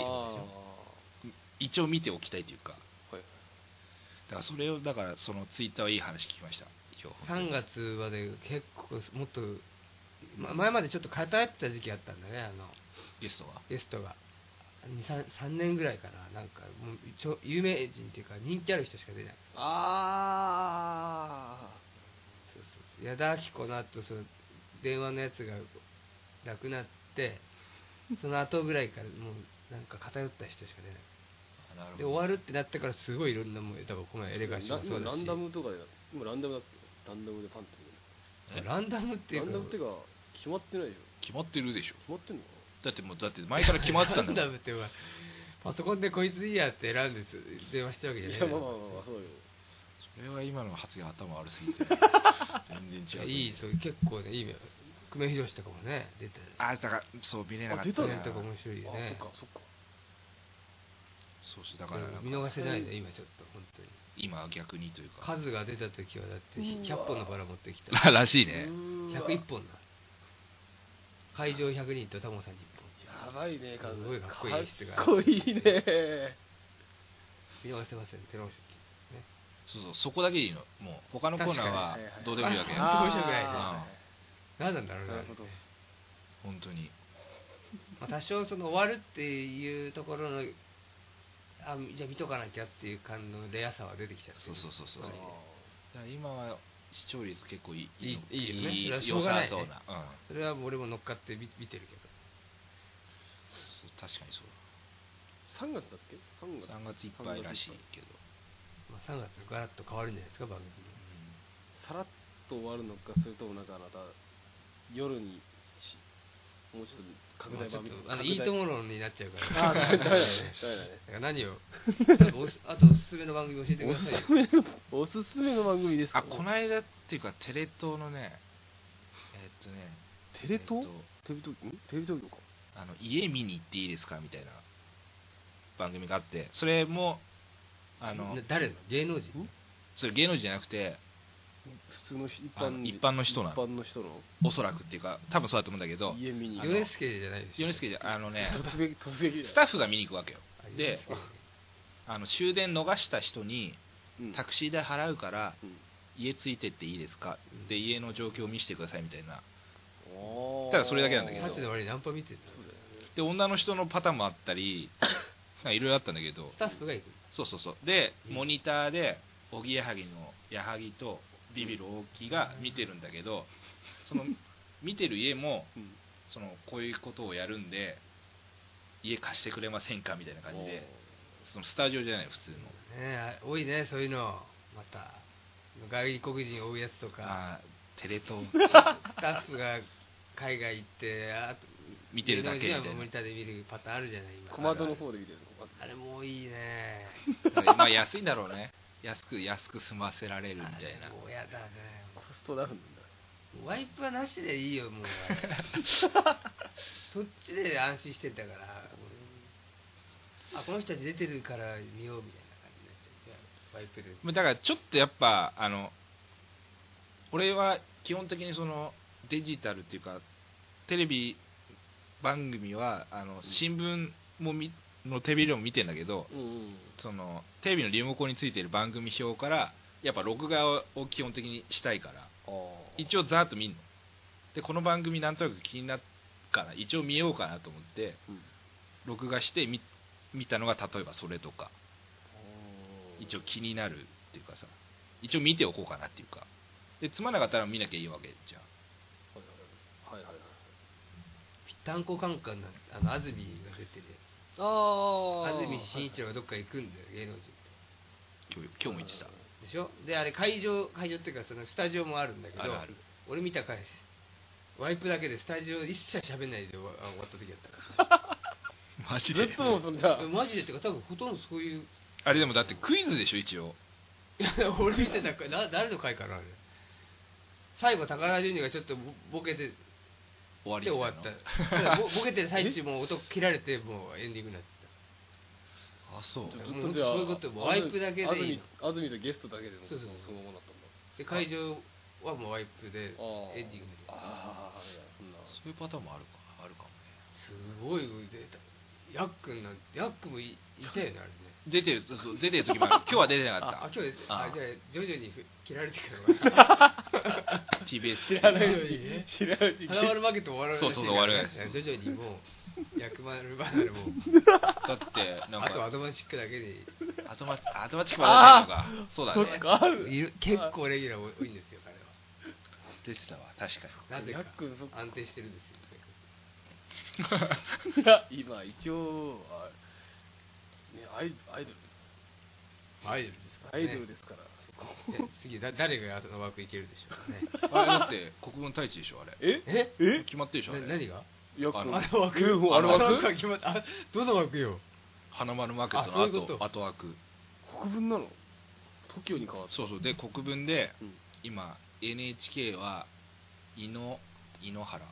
Speaker 5: 一応見ておきたいというか
Speaker 4: はい
Speaker 5: だからそれをだからそのツイッターはいい話聞きました今日
Speaker 3: 3月まで結構もっと、ま、前までちょっと偏ってた時期あったんだねあの
Speaker 5: ゲストは
Speaker 3: ゲストが2 3, 3年ぐらいかななんかもうちょ有名人っていうか人気ある人しか出ない
Speaker 4: あ
Speaker 3: そうそうそう矢田亜希子の後その電話のやつがなくなってその後ぐらいからもうなんか偏った人しか出ない
Speaker 5: なる
Speaker 3: で終わるってなってからすごいいろんなもんだからこの
Speaker 4: ー
Speaker 3: エレガシーもそう
Speaker 4: 今
Speaker 3: だ
Speaker 4: ラ
Speaker 3: し
Speaker 4: ンダムとかで、今ランダムだっけランダムでパンって
Speaker 3: ランダムってい
Speaker 4: 出
Speaker 3: う
Speaker 4: る。ラ
Speaker 3: か
Speaker 4: ンダムってか、決まってないでしょ。
Speaker 5: 決まってるでしょ
Speaker 4: 決まってんのか
Speaker 5: だってもうだって前から決まってたんだも
Speaker 3: *laughs*
Speaker 5: ん
Speaker 3: ランダムってお前パソコンでこいついいやって選んでつ電話してるわけ
Speaker 4: な
Speaker 3: じゃ
Speaker 4: い
Speaker 3: な
Speaker 4: や、
Speaker 3: い
Speaker 4: まあまあま
Speaker 3: の
Speaker 4: あ、そうよ。
Speaker 5: それは今の発言頭悪す
Speaker 3: *laughs*
Speaker 5: ぎて全
Speaker 3: い
Speaker 5: 然
Speaker 3: や
Speaker 5: 違う
Speaker 3: いいそう結構ねいいよ久米宏とかもね出てる
Speaker 5: あだからそう見れなかった
Speaker 4: あ出たね
Speaker 5: な
Speaker 3: とか面白いよ
Speaker 4: あ、そ
Speaker 3: ね
Speaker 4: っか、そっか。
Speaker 5: そうそうだからなんか
Speaker 3: 見逃せないね今ちょっと本当に
Speaker 5: 今は逆にというか
Speaker 3: 数が出た時はだって100本のバラ持ってきた
Speaker 5: *laughs* らしいね
Speaker 3: 101本だ会場100人とタモさんに
Speaker 4: やばいね、
Speaker 3: 1本
Speaker 4: 数
Speaker 3: すごいかっこいい質が
Speaker 4: かっこいいね。
Speaker 3: 見逃せませんテロンショね
Speaker 5: そうそうそこだけでいいのもう他のコーナーは
Speaker 4: 確かに
Speaker 5: どうでもいいわけ
Speaker 3: あ
Speaker 5: 本
Speaker 3: 面白くないね
Speaker 4: あ
Speaker 3: 何なんだろう
Speaker 4: ー
Speaker 3: ね
Speaker 4: なるほど。
Speaker 5: 当に
Speaker 3: まあ、多少その終わるっていうところのあじゃあ見とかなきゃっていう感のレアさは出てきちゃって
Speaker 5: そう
Speaker 3: る
Speaker 5: そうそうそう
Speaker 3: あ
Speaker 5: だから今は視聴率結構いい
Speaker 3: いいいいよねそれ
Speaker 5: いい
Speaker 3: はしょ
Speaker 5: 良
Speaker 3: うがない
Speaker 5: さ
Speaker 3: ね
Speaker 5: そうなうん
Speaker 3: それは俺も乗っかって見見てるけど
Speaker 5: そう確かにそう
Speaker 4: 3月だっけ ?3 月。
Speaker 5: 3月いっぱいらしいけど
Speaker 3: まあ、3月ガラッと変わるんじゃないですか番組
Speaker 4: さらっと終わるのかそれともなんかあなた夜にしもうちょっと拡大
Speaker 3: ちょ
Speaker 4: 版
Speaker 3: っ
Speaker 4: みたい
Speaker 3: と
Speaker 4: な
Speaker 3: あのいいともろになっちゃうから
Speaker 4: ああダメだね
Speaker 3: *laughs*
Speaker 4: ダメだね
Speaker 3: だから何
Speaker 4: *laughs*
Speaker 3: をなんかおすあとおすすめの番組教えてくださいよ
Speaker 4: おすすめの番組ですか
Speaker 5: あこの間っていうかテレ東のねえっとね
Speaker 4: テレ東
Speaker 5: えっと
Speaker 4: テレ東んテレ東か
Speaker 5: あの家見に行っていいですかみたいな番組があってそれもあの
Speaker 3: な誰の芸能人
Speaker 5: それ芸能人じゃなくて
Speaker 4: 普通の人一
Speaker 5: あ
Speaker 4: 般
Speaker 5: の
Speaker 4: に
Speaker 5: 一般の人なの
Speaker 4: 一般の人の
Speaker 5: おそらくっていうか多分そうだと思うんだけど
Speaker 4: 家見に
Speaker 5: あの
Speaker 3: 米助じゃないでしょ
Speaker 5: 米助じゃあ
Speaker 4: *laughs*
Speaker 5: のね
Speaker 4: 突撃突撃
Speaker 5: スタッフが見に行くわけよ
Speaker 3: あ米
Speaker 5: で
Speaker 3: 助
Speaker 5: あの終電逃した人に
Speaker 4: うん
Speaker 5: タクシー代払うから
Speaker 4: うん
Speaker 5: 家ついてっていいですかで家の状況を見せてくださいみたいな
Speaker 4: おー
Speaker 5: ただそれだけなんだけど
Speaker 3: タチの割にナンパ見てる
Speaker 5: で女の人のパターンもあったりなんかいろいろあったんだけど
Speaker 3: スタッフが行く
Speaker 5: そうそうそうで
Speaker 3: うん
Speaker 5: モニターでおぎやはぎの矢作とビビる大木が見てるんだけどその見てる家も
Speaker 4: うん
Speaker 5: そのこういうことをやるんで家貸してくれませんかみたいな感じでそのスタジオじゃない普通の
Speaker 3: ねえあ多いねそういうのまた外国人追うやつとか
Speaker 5: あーテレ東 *laughs*
Speaker 3: スタッフが海外行ってあと
Speaker 5: 見てるだけみたいな
Speaker 3: 芸能人はモニターで見るパターンあるじゃない今
Speaker 4: 小窓の方で見てる小
Speaker 3: あれもいいね
Speaker 5: まあ安いんだろうね安く安く済ませられるみたい
Speaker 3: あれ
Speaker 5: な
Speaker 3: もうやだね
Speaker 4: 窓コストダウンだ
Speaker 3: ワイプはなしでいいよもうそっちで安心してんだから俺あこの人たち出てるから見ようみたいな感じになっちゃうじゃあワイプで
Speaker 5: まあだからちょっとやっぱあの俺は基本的にそのデジタルっていうかテレビ番組はあの新聞もみのテレビでも見てんだけど
Speaker 4: うんうん
Speaker 5: そのテレビのリモコンについてる番組表からやっぱ録画を基本的にしたいから
Speaker 4: あー
Speaker 5: 一応ざーっと見るのでこの番組なんとなく気になっから一応見ようかなと思って
Speaker 4: うん
Speaker 5: 録画して見見たのが例えばそれとか一応気になるっていうかさ一応見ておこうかなっていうかでつまんなかったら見なきゃいいわけじゃん
Speaker 4: はいはいはい
Speaker 3: 炭鉱カンカンなんてあの安住が出てる
Speaker 4: あ
Speaker 3: やつ安住紳一郎がどっか行くんだよ芸能人って
Speaker 5: 今日今日も言ってた
Speaker 3: でしょであれ会場会場っていうかそのスタジオもあるんだけど
Speaker 5: あるある
Speaker 3: 俺見た回ワイプだけでスタジオ一切喋んないで終わあ終わった時やったか
Speaker 5: マジ
Speaker 4: ずっともうそんな *laughs*
Speaker 3: らマジでってか多分ほとんどそういう *laughs*
Speaker 5: あれでもだってクイズでしょ一応
Speaker 3: いや俺見てたかな誰の回かなあれ最後高田純次がちょっとボボケて
Speaker 5: 終わり
Speaker 3: で終わっ
Speaker 5: みいな
Speaker 3: ただからボボケてる最中もう音切られてもうエンディングになって
Speaker 5: あそう
Speaker 4: ず
Speaker 3: と
Speaker 4: っとじゃあ
Speaker 3: そういうこともワイプだけでいいの
Speaker 4: 安住安住とゲストだけでも
Speaker 3: そうそうそう
Speaker 4: そのままだったんだ
Speaker 3: たで会場はもうワイプでエンデ
Speaker 4: あー
Speaker 3: ィングに
Speaker 4: ああいやそんな
Speaker 5: そういうパターンもあるかあるかもね
Speaker 3: すごい出たヤックンなんてヤックンもいいたよねあれね
Speaker 5: 出てるそうそう出てる時もある今日は出てな
Speaker 3: あ
Speaker 5: か
Speaker 3: あ
Speaker 5: っ
Speaker 3: 今日あ
Speaker 5: あ
Speaker 3: じゃあ徐々にふ切られてくるから
Speaker 5: た TBS
Speaker 4: 知らない
Speaker 3: 徐々にね
Speaker 4: 知らない
Speaker 3: 花丸負けて終わるらしいから
Speaker 5: そうそうそう終わる
Speaker 3: 徐々にもう薬丸離れも
Speaker 5: だってなん
Speaker 3: あとア
Speaker 5: か
Speaker 3: ドバンチックだけで
Speaker 5: アドバアドバチックまでないのかそうだ
Speaker 4: そ
Speaker 5: ね
Speaker 4: っかある
Speaker 3: いる結構レギュラー多いんですよ彼は
Speaker 5: 出てたわ確かに
Speaker 3: なぜか
Speaker 4: ヤックンそっか
Speaker 3: 安定してるんですよ
Speaker 4: い
Speaker 3: *laughs*
Speaker 4: や今一応はねアイアイドル
Speaker 3: アイドルですから、
Speaker 4: ア
Speaker 3: ね、
Speaker 4: イドルですからそこ
Speaker 3: え次だ誰があの枠いけるでしょうか
Speaker 5: *laughs*
Speaker 3: ね
Speaker 5: あれだって国分太一でしょあれ
Speaker 4: え
Speaker 3: え
Speaker 4: え
Speaker 5: 決まってるでしょあ
Speaker 3: な
Speaker 5: れ
Speaker 3: 何が
Speaker 4: ヤ
Speaker 5: あ
Speaker 4: ックン
Speaker 3: の
Speaker 5: の
Speaker 3: 枠
Speaker 4: あの枠
Speaker 3: あの枠は決まったあどの枠よ
Speaker 5: 花丸マーケット
Speaker 3: あそういうこ
Speaker 5: の
Speaker 3: と
Speaker 5: 後後枠
Speaker 4: 国分なの TOKIO に変わった
Speaker 5: そうそうで国分で、
Speaker 4: うん
Speaker 5: 今 NHK は井の井ノ原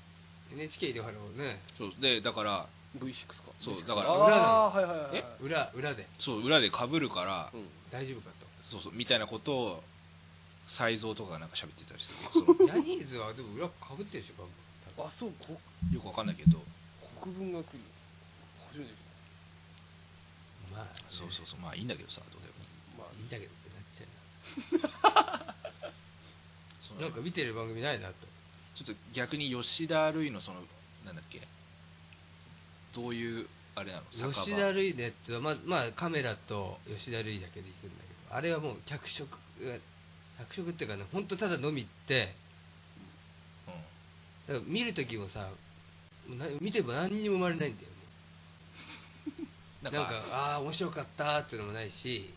Speaker 3: NHK であのね
Speaker 5: そうでだから
Speaker 4: V6 か
Speaker 5: そうだから
Speaker 4: ああーはいはいはい
Speaker 3: え裏裏で
Speaker 5: そう裏でかぶるから、
Speaker 4: うん
Speaker 3: 大丈夫か
Speaker 5: そうそうみたいなことを才蔵とかがなんか喋ってたりす
Speaker 3: *laughs*
Speaker 5: るそ
Speaker 3: と
Speaker 5: の
Speaker 3: ジャニーズはでも裏かぶってるでしょバンバン
Speaker 4: あそうこ
Speaker 5: よくわかんないけど
Speaker 4: 国分が来る初めて来
Speaker 3: まあね、
Speaker 5: そうそうそうまあいいんだけどさどうでもいい
Speaker 4: たまあ
Speaker 3: いいんだけどってなっちゃ
Speaker 5: そう
Speaker 3: ななんか見てる番組ないなと
Speaker 5: ちょっと逆に吉田類のそのなんだっけどういうあれなの
Speaker 3: 吉田類でってまあまあカメラと吉田類だけで行くんだけどあれはもう客色が客色っていうかね本当ただ飲み行って
Speaker 5: うん
Speaker 3: だから見る時もさもうな見ても何にも生まれないんだよね
Speaker 5: なん
Speaker 3: な
Speaker 5: か
Speaker 3: んかああー面白かったっていうのもないし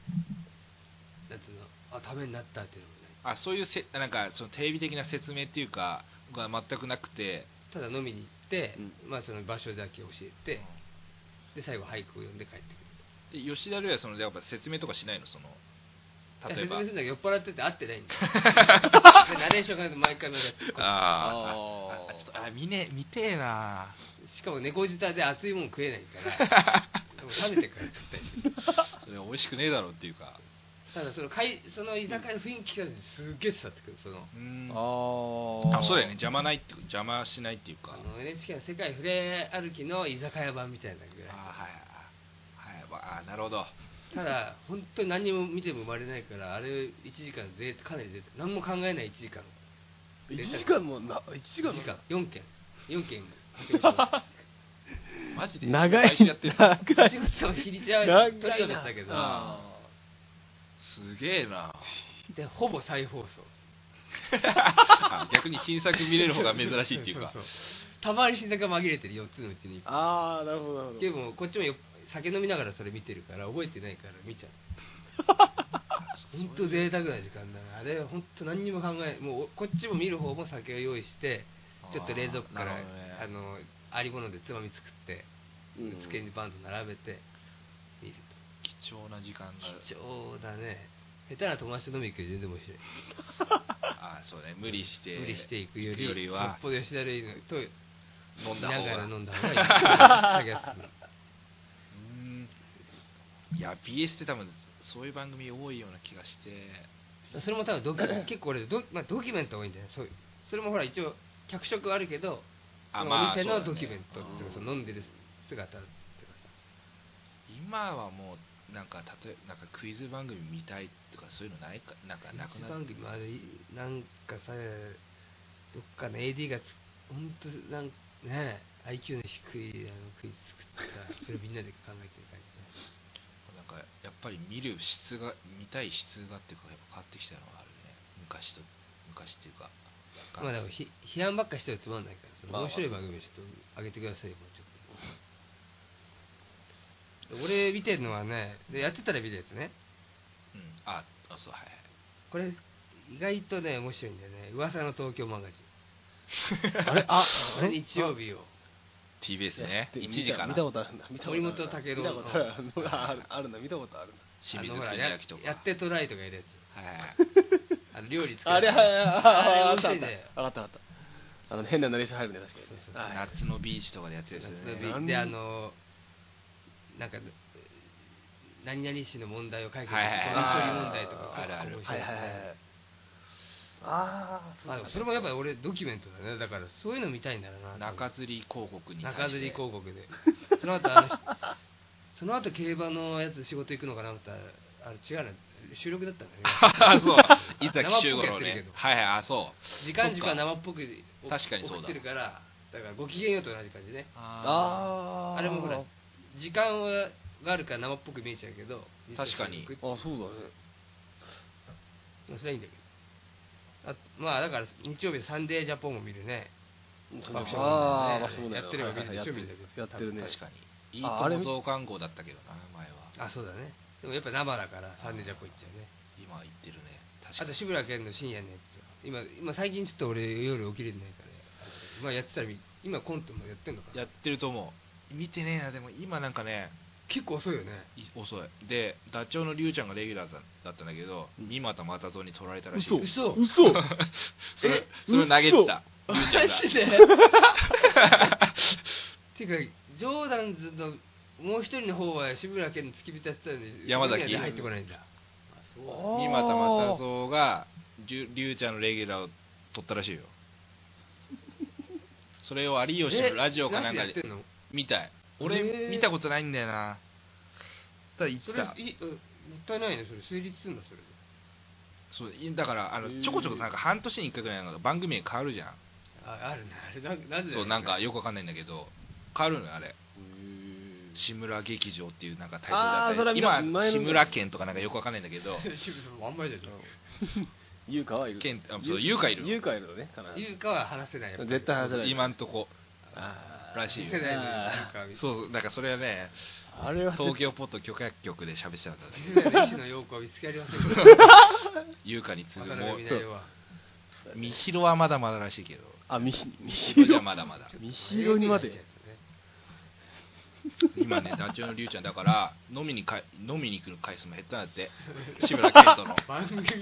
Speaker 3: やつのあためになったっていうのもない
Speaker 5: あそういうせなんかそのテレビ的な説明っていうかが全くなくて、
Speaker 3: ただ飲みに行って、
Speaker 4: う
Speaker 3: まあその場所だけ教えて、で最後俳句を読んで帰ってく
Speaker 5: で吉田類はそのやっぱ説明とかしないのその
Speaker 3: る
Speaker 5: 例えば
Speaker 3: いや説明するんだけど酔っ払ってて会ってないんだよ
Speaker 5: *laughs*
Speaker 3: でナレーションが毎回毎回
Speaker 5: あーあ
Speaker 4: あー
Speaker 5: あちょっとあ見ね見てえな
Speaker 3: しかも猫舌で熱いもん食えないからでも食べてから食ったりする
Speaker 5: それ美味しくねえだろうっていうか
Speaker 3: ただその会その居酒屋の雰囲気がすっげえ伝わってくるその
Speaker 5: うんあ
Speaker 4: あ
Speaker 5: そうだよね邪魔ないって邪魔しないっていうか
Speaker 3: あの NHK の「世界ふれ歩き」の居酒屋版みたいなぐらい
Speaker 5: あーはいはいはいあーなるほど
Speaker 3: ただ本当に何も見ても生まれないからあれ1時間ぜかなりぜ何も考えない1時間
Speaker 8: 1時間もな1時間も
Speaker 3: 1時間4件4件
Speaker 5: *laughs* マジで
Speaker 4: 長い
Speaker 5: 毎週やってる
Speaker 4: 長
Speaker 3: お
Speaker 4: い
Speaker 3: 仕事をひりちゃ
Speaker 4: 長
Speaker 3: う
Speaker 4: い
Speaker 3: とりだったけど
Speaker 5: あすげえ
Speaker 3: *laughs*
Speaker 5: な
Speaker 3: でほぼ再放送
Speaker 5: あ逆に新作見れる方が珍しいっていうか
Speaker 3: そそたまに新作が紛れてる4つのうちに1
Speaker 8: ああなるほどなるほど
Speaker 3: 個でもこっちもよ酒飲みながらそれ見てるから覚えてないから見ちゃう本当贅沢な時間だなあれ本当何にも考えもうこっちも見る方も酒を用意してちょっと冷蔵庫から
Speaker 5: あ
Speaker 3: あ,、
Speaker 5: ーなるほどね
Speaker 3: のありものでつまみ作って、
Speaker 4: うん
Speaker 3: で机にバンと並べて見る
Speaker 5: 貴重な時間が
Speaker 3: と貴重だね下手な友達と飲み行くより全然面白い
Speaker 5: あそうね無理して
Speaker 3: 無理していくより
Speaker 5: より
Speaker 3: よ
Speaker 5: は
Speaker 3: っぽど吉田類のと
Speaker 5: 飲
Speaker 3: 見
Speaker 5: んだ
Speaker 3: な
Speaker 5: 方
Speaker 3: がら
Speaker 5: が
Speaker 3: 飲んだ方がいい酒が進む
Speaker 5: うんいや BS って多分そういう番組多いような気がして
Speaker 3: それも多分ドキュ結構俺ド,、まあ、ドキュメントが多いんだよそうそれもほら一応脚色あるけど
Speaker 5: あ
Speaker 3: その
Speaker 5: まあ
Speaker 3: お店
Speaker 5: そ
Speaker 3: の
Speaker 5: うだね
Speaker 3: ドキュメントっていうかその飲んでる姿っていうか
Speaker 5: 今はもうなんか例えなんかクイズ番組見たいとかそういうのないかなんか
Speaker 3: さ
Speaker 5: なくな
Speaker 3: 番
Speaker 5: っ
Speaker 3: 組あれなんかさどっかの AD がつ本当なんかね IQ の低いあのクイズ作ってさそれみんなで考えてる感じ
Speaker 5: なんかやっぱり見る質が見たい質がっていうかやっぱ変わってきたのはあるね昔と昔っていうか
Speaker 3: まあでもひ批判ばっかしてはつまんないからその
Speaker 4: まあ
Speaker 3: 面白い番組をちょっと上げてくださいよもうちょっと俺見てるのはねでやってたら見るやつね
Speaker 5: うんああそうはい
Speaker 3: これ意外とね面白いんだよね噂の東京マガジン
Speaker 4: あ
Speaker 5: *laughs*
Speaker 4: れあ
Speaker 3: これ日曜日を
Speaker 5: TBS ね
Speaker 8: で
Speaker 5: 1時か
Speaker 8: 見
Speaker 5: な
Speaker 8: たことあるんだ見たことあるんだ
Speaker 3: 森本武郎
Speaker 8: 見たことあるあるあるんだ見たことあるんだ
Speaker 5: 清水
Speaker 3: あのほら
Speaker 5: 国
Speaker 3: や
Speaker 5: 明とか
Speaker 3: やってトライとかやるやつ
Speaker 5: はいはい
Speaker 3: *laughs* あの料理作る
Speaker 8: あれは
Speaker 3: あ
Speaker 8: あ
Speaker 3: れ
Speaker 8: れあ
Speaker 3: 美味
Speaker 8: っ
Speaker 3: しい
Speaker 8: た
Speaker 3: ね
Speaker 8: あったあったあの変なナレーション入るね確かに
Speaker 3: そうそう
Speaker 8: はい
Speaker 5: 夏のビーチとかでやってるやつですよね
Speaker 3: 夏の日であのなんか何々市の問題を解決する
Speaker 5: はいはい
Speaker 3: ゴミ処理問題とか
Speaker 5: あるある
Speaker 3: 結構
Speaker 8: はい
Speaker 3: 面
Speaker 8: はい
Speaker 3: 白い
Speaker 8: はいはいあ
Speaker 3: まあでもそれもやっぱり俺ドキュメントだねだからそういうの見たいんだろうな
Speaker 5: 中吊り広告に対して
Speaker 3: 中吊り広告でその後あのその後競馬のやつ仕事行くのかなと思ったらあれ違うね収録だったんだ
Speaker 5: *laughs*
Speaker 3: ね
Speaker 5: *laughs* あそう伊崎
Speaker 3: 生
Speaker 5: 修
Speaker 3: っぽ
Speaker 5: 五
Speaker 3: くやっ
Speaker 5: 郎
Speaker 3: てるけ
Speaker 5: ね
Speaker 3: ど
Speaker 5: はいはいあそう
Speaker 3: 時間
Speaker 5: そっ
Speaker 3: 時
Speaker 5: か
Speaker 3: 間生っぽく
Speaker 5: 確かにそうだ
Speaker 3: 送ってるからだからご機嫌ようと同じ感じね
Speaker 5: あ
Speaker 4: あ
Speaker 3: あれもほら時間はがあるから生っぽく見えちゃうけど
Speaker 5: 確かに
Speaker 3: 実際収録って
Speaker 4: あそうだね
Speaker 3: まあそれはいいんだけどあまあだから日曜日サンデージャポンも見るね
Speaker 4: そう
Speaker 3: 爆笑
Speaker 4: あー爆笑
Speaker 3: 問題ね
Speaker 4: 問題
Speaker 3: やってれば見るでしょ
Speaker 4: はいはい
Speaker 3: みんなで
Speaker 4: やってるね
Speaker 5: 確かにいい
Speaker 4: ああれ
Speaker 5: 友増刊号だったけどな前は
Speaker 3: あそうだねでもやっぱ生だからサンデージャポン行っちゃうね
Speaker 5: 今言ってるね確か
Speaker 3: あ
Speaker 5: に
Speaker 3: と志村けんの深夜のやつ今今最近ちょっと俺夜起きれてないからまあやってたら見今コントもやってんのか
Speaker 5: や
Speaker 3: な
Speaker 5: ってると思う見てねえなでも今なんかね
Speaker 3: 結構遅いよね
Speaker 5: い遅いでダチョウのリュウちゃんがレギュラーだだったんだけど三股又蔵に取られたらしい
Speaker 4: 嘘
Speaker 3: 嘘
Speaker 4: 嘘
Speaker 5: *laughs* それそれを投げてたリュウちゃんが
Speaker 3: マジで
Speaker 5: *laughs*
Speaker 3: ていうかジョーダンズのもう一人の方は志村けんの付き人やってたのに
Speaker 5: 山崎
Speaker 3: その時は入ってこないんだ
Speaker 5: 三股又蔵がリュリュウちゃんのレギュラーを取ったらし
Speaker 3: *laughs*
Speaker 5: いよそれを有吉のラジオかなんか
Speaker 3: えラジオやって
Speaker 5: で
Speaker 3: んの
Speaker 5: 見たい
Speaker 3: へ
Speaker 5: 俺
Speaker 3: ー
Speaker 5: 見たことないんだよなただ言っ
Speaker 3: そ
Speaker 5: て
Speaker 3: れ
Speaker 5: た
Speaker 3: いいうんもったいないねそれ成立するんだそれで
Speaker 5: そういだからあの
Speaker 8: へー
Speaker 5: ちょこちょこなんか半年に1回ぐらいなんか番組が変わるじゃん
Speaker 3: ああるねあれなんなんでだろ
Speaker 5: そう
Speaker 3: ね
Speaker 5: なんかよくわかんないんだけど変わるのよあれ志村劇場っていうなんかタイトルだ
Speaker 8: あーそれ
Speaker 5: っ
Speaker 8: は
Speaker 5: たり
Speaker 8: 見た
Speaker 5: 今
Speaker 8: 前の
Speaker 5: 志村県とかなんかよくわかんないんだけど
Speaker 3: あんまりだけど
Speaker 8: 優香はいる
Speaker 5: 健あそう優香いる
Speaker 8: 優香いるのねかな
Speaker 3: 優香は話せないやっぱり
Speaker 8: 絶対話せない
Speaker 5: 今んとこ
Speaker 8: あー
Speaker 5: らしい
Speaker 3: 世
Speaker 5: よ
Speaker 3: 代の優
Speaker 8: あ
Speaker 3: 香は見て *laughs*
Speaker 5: そうそうなんかそれはね
Speaker 8: あれは
Speaker 5: 東京ポッド許可局で喋っちゃったんだけど
Speaker 3: 泉谷の石野陽子は見つかりませんけど
Speaker 5: 優香に次ぐ
Speaker 3: 渡
Speaker 5: もう
Speaker 3: 辺美奈代は
Speaker 5: みひろはまだまだらしいけど
Speaker 4: あ、みひ、み
Speaker 5: み
Speaker 4: ひ
Speaker 5: ひろじゃ
Speaker 4: ろ。
Speaker 5: まだまだ
Speaker 4: みひろにまで。
Speaker 5: 今ねダチョウのりゅうちゃんだから飲みにか飲みに行く回数も減ったんだって志村けんとの
Speaker 3: 番組奥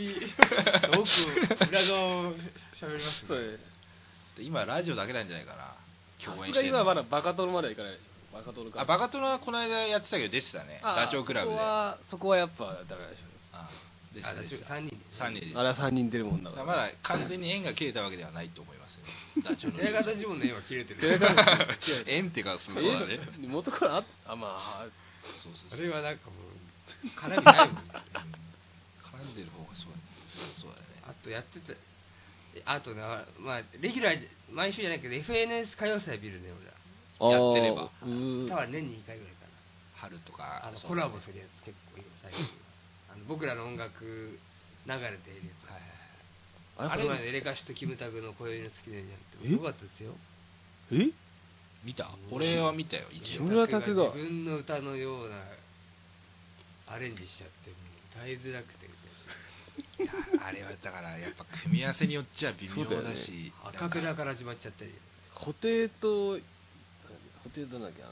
Speaker 3: 裏側を喋ります
Speaker 8: そ
Speaker 3: ね
Speaker 8: う
Speaker 5: で今ラジオだけなんじゃないかな
Speaker 8: さ
Speaker 5: 共演
Speaker 8: すが
Speaker 5: して
Speaker 8: に
Speaker 5: る
Speaker 8: 今
Speaker 5: の
Speaker 8: まだバカ殿まではいかないでしょバカ殿から
Speaker 5: あバカ殿はこの間やってたけど出てたね
Speaker 8: あ
Speaker 5: ダチョウクラブ
Speaker 8: そ
Speaker 5: で
Speaker 8: こはそこはやっぱダメでし
Speaker 5: あ出て
Speaker 3: あ
Speaker 5: た
Speaker 3: 大
Speaker 5: 出
Speaker 3: 丈夫
Speaker 5: てた
Speaker 3: 三人
Speaker 5: 3人で
Speaker 4: あれは3人出るもんだ
Speaker 5: だ
Speaker 4: か
Speaker 5: から
Speaker 4: ら。
Speaker 5: まだ完全に縁が切れたわけではないと思いますよダチョウのりゅ
Speaker 3: 寺
Speaker 5: うちゃん
Speaker 3: 方ジモンの絵は切れてる
Speaker 5: 縁ってかす
Speaker 8: ょ
Speaker 5: ごいだね
Speaker 8: え元からああまあ
Speaker 5: そうそう
Speaker 3: あ
Speaker 5: そう
Speaker 3: れはなんかもう絡みないもん
Speaker 5: 絡んでる方がそうだねそうだね
Speaker 3: あとやってたえあとなまあレギュラーじゃ毎週じゃないけど FNS 歌謡祭見るね
Speaker 4: あー
Speaker 5: やってれば
Speaker 4: う
Speaker 3: 俺
Speaker 4: ー
Speaker 3: 多分年に1回ぐらいか
Speaker 5: 春と
Speaker 3: な
Speaker 5: か
Speaker 3: あの
Speaker 5: そう
Speaker 3: コラボするやつ結構いいよ最近あの僕らの音楽流れているやつ
Speaker 4: あれ
Speaker 3: あれ前のエレカシとキムタクの「今宵の月のように」やってすごかったですよ
Speaker 4: え
Speaker 5: 見た俺は見たよ一
Speaker 4: う
Speaker 5: 応
Speaker 4: ん村拓が
Speaker 3: 自分の歌のようなアレンジしちゃってもう歌いづらくてみ
Speaker 5: いやあれはだからやっぱ組み合わせによっちゃ微妙だしな
Speaker 3: たいな
Speaker 5: んか
Speaker 3: アカペラから始まっちゃったり
Speaker 4: 固定と、固定となんだっけ、あの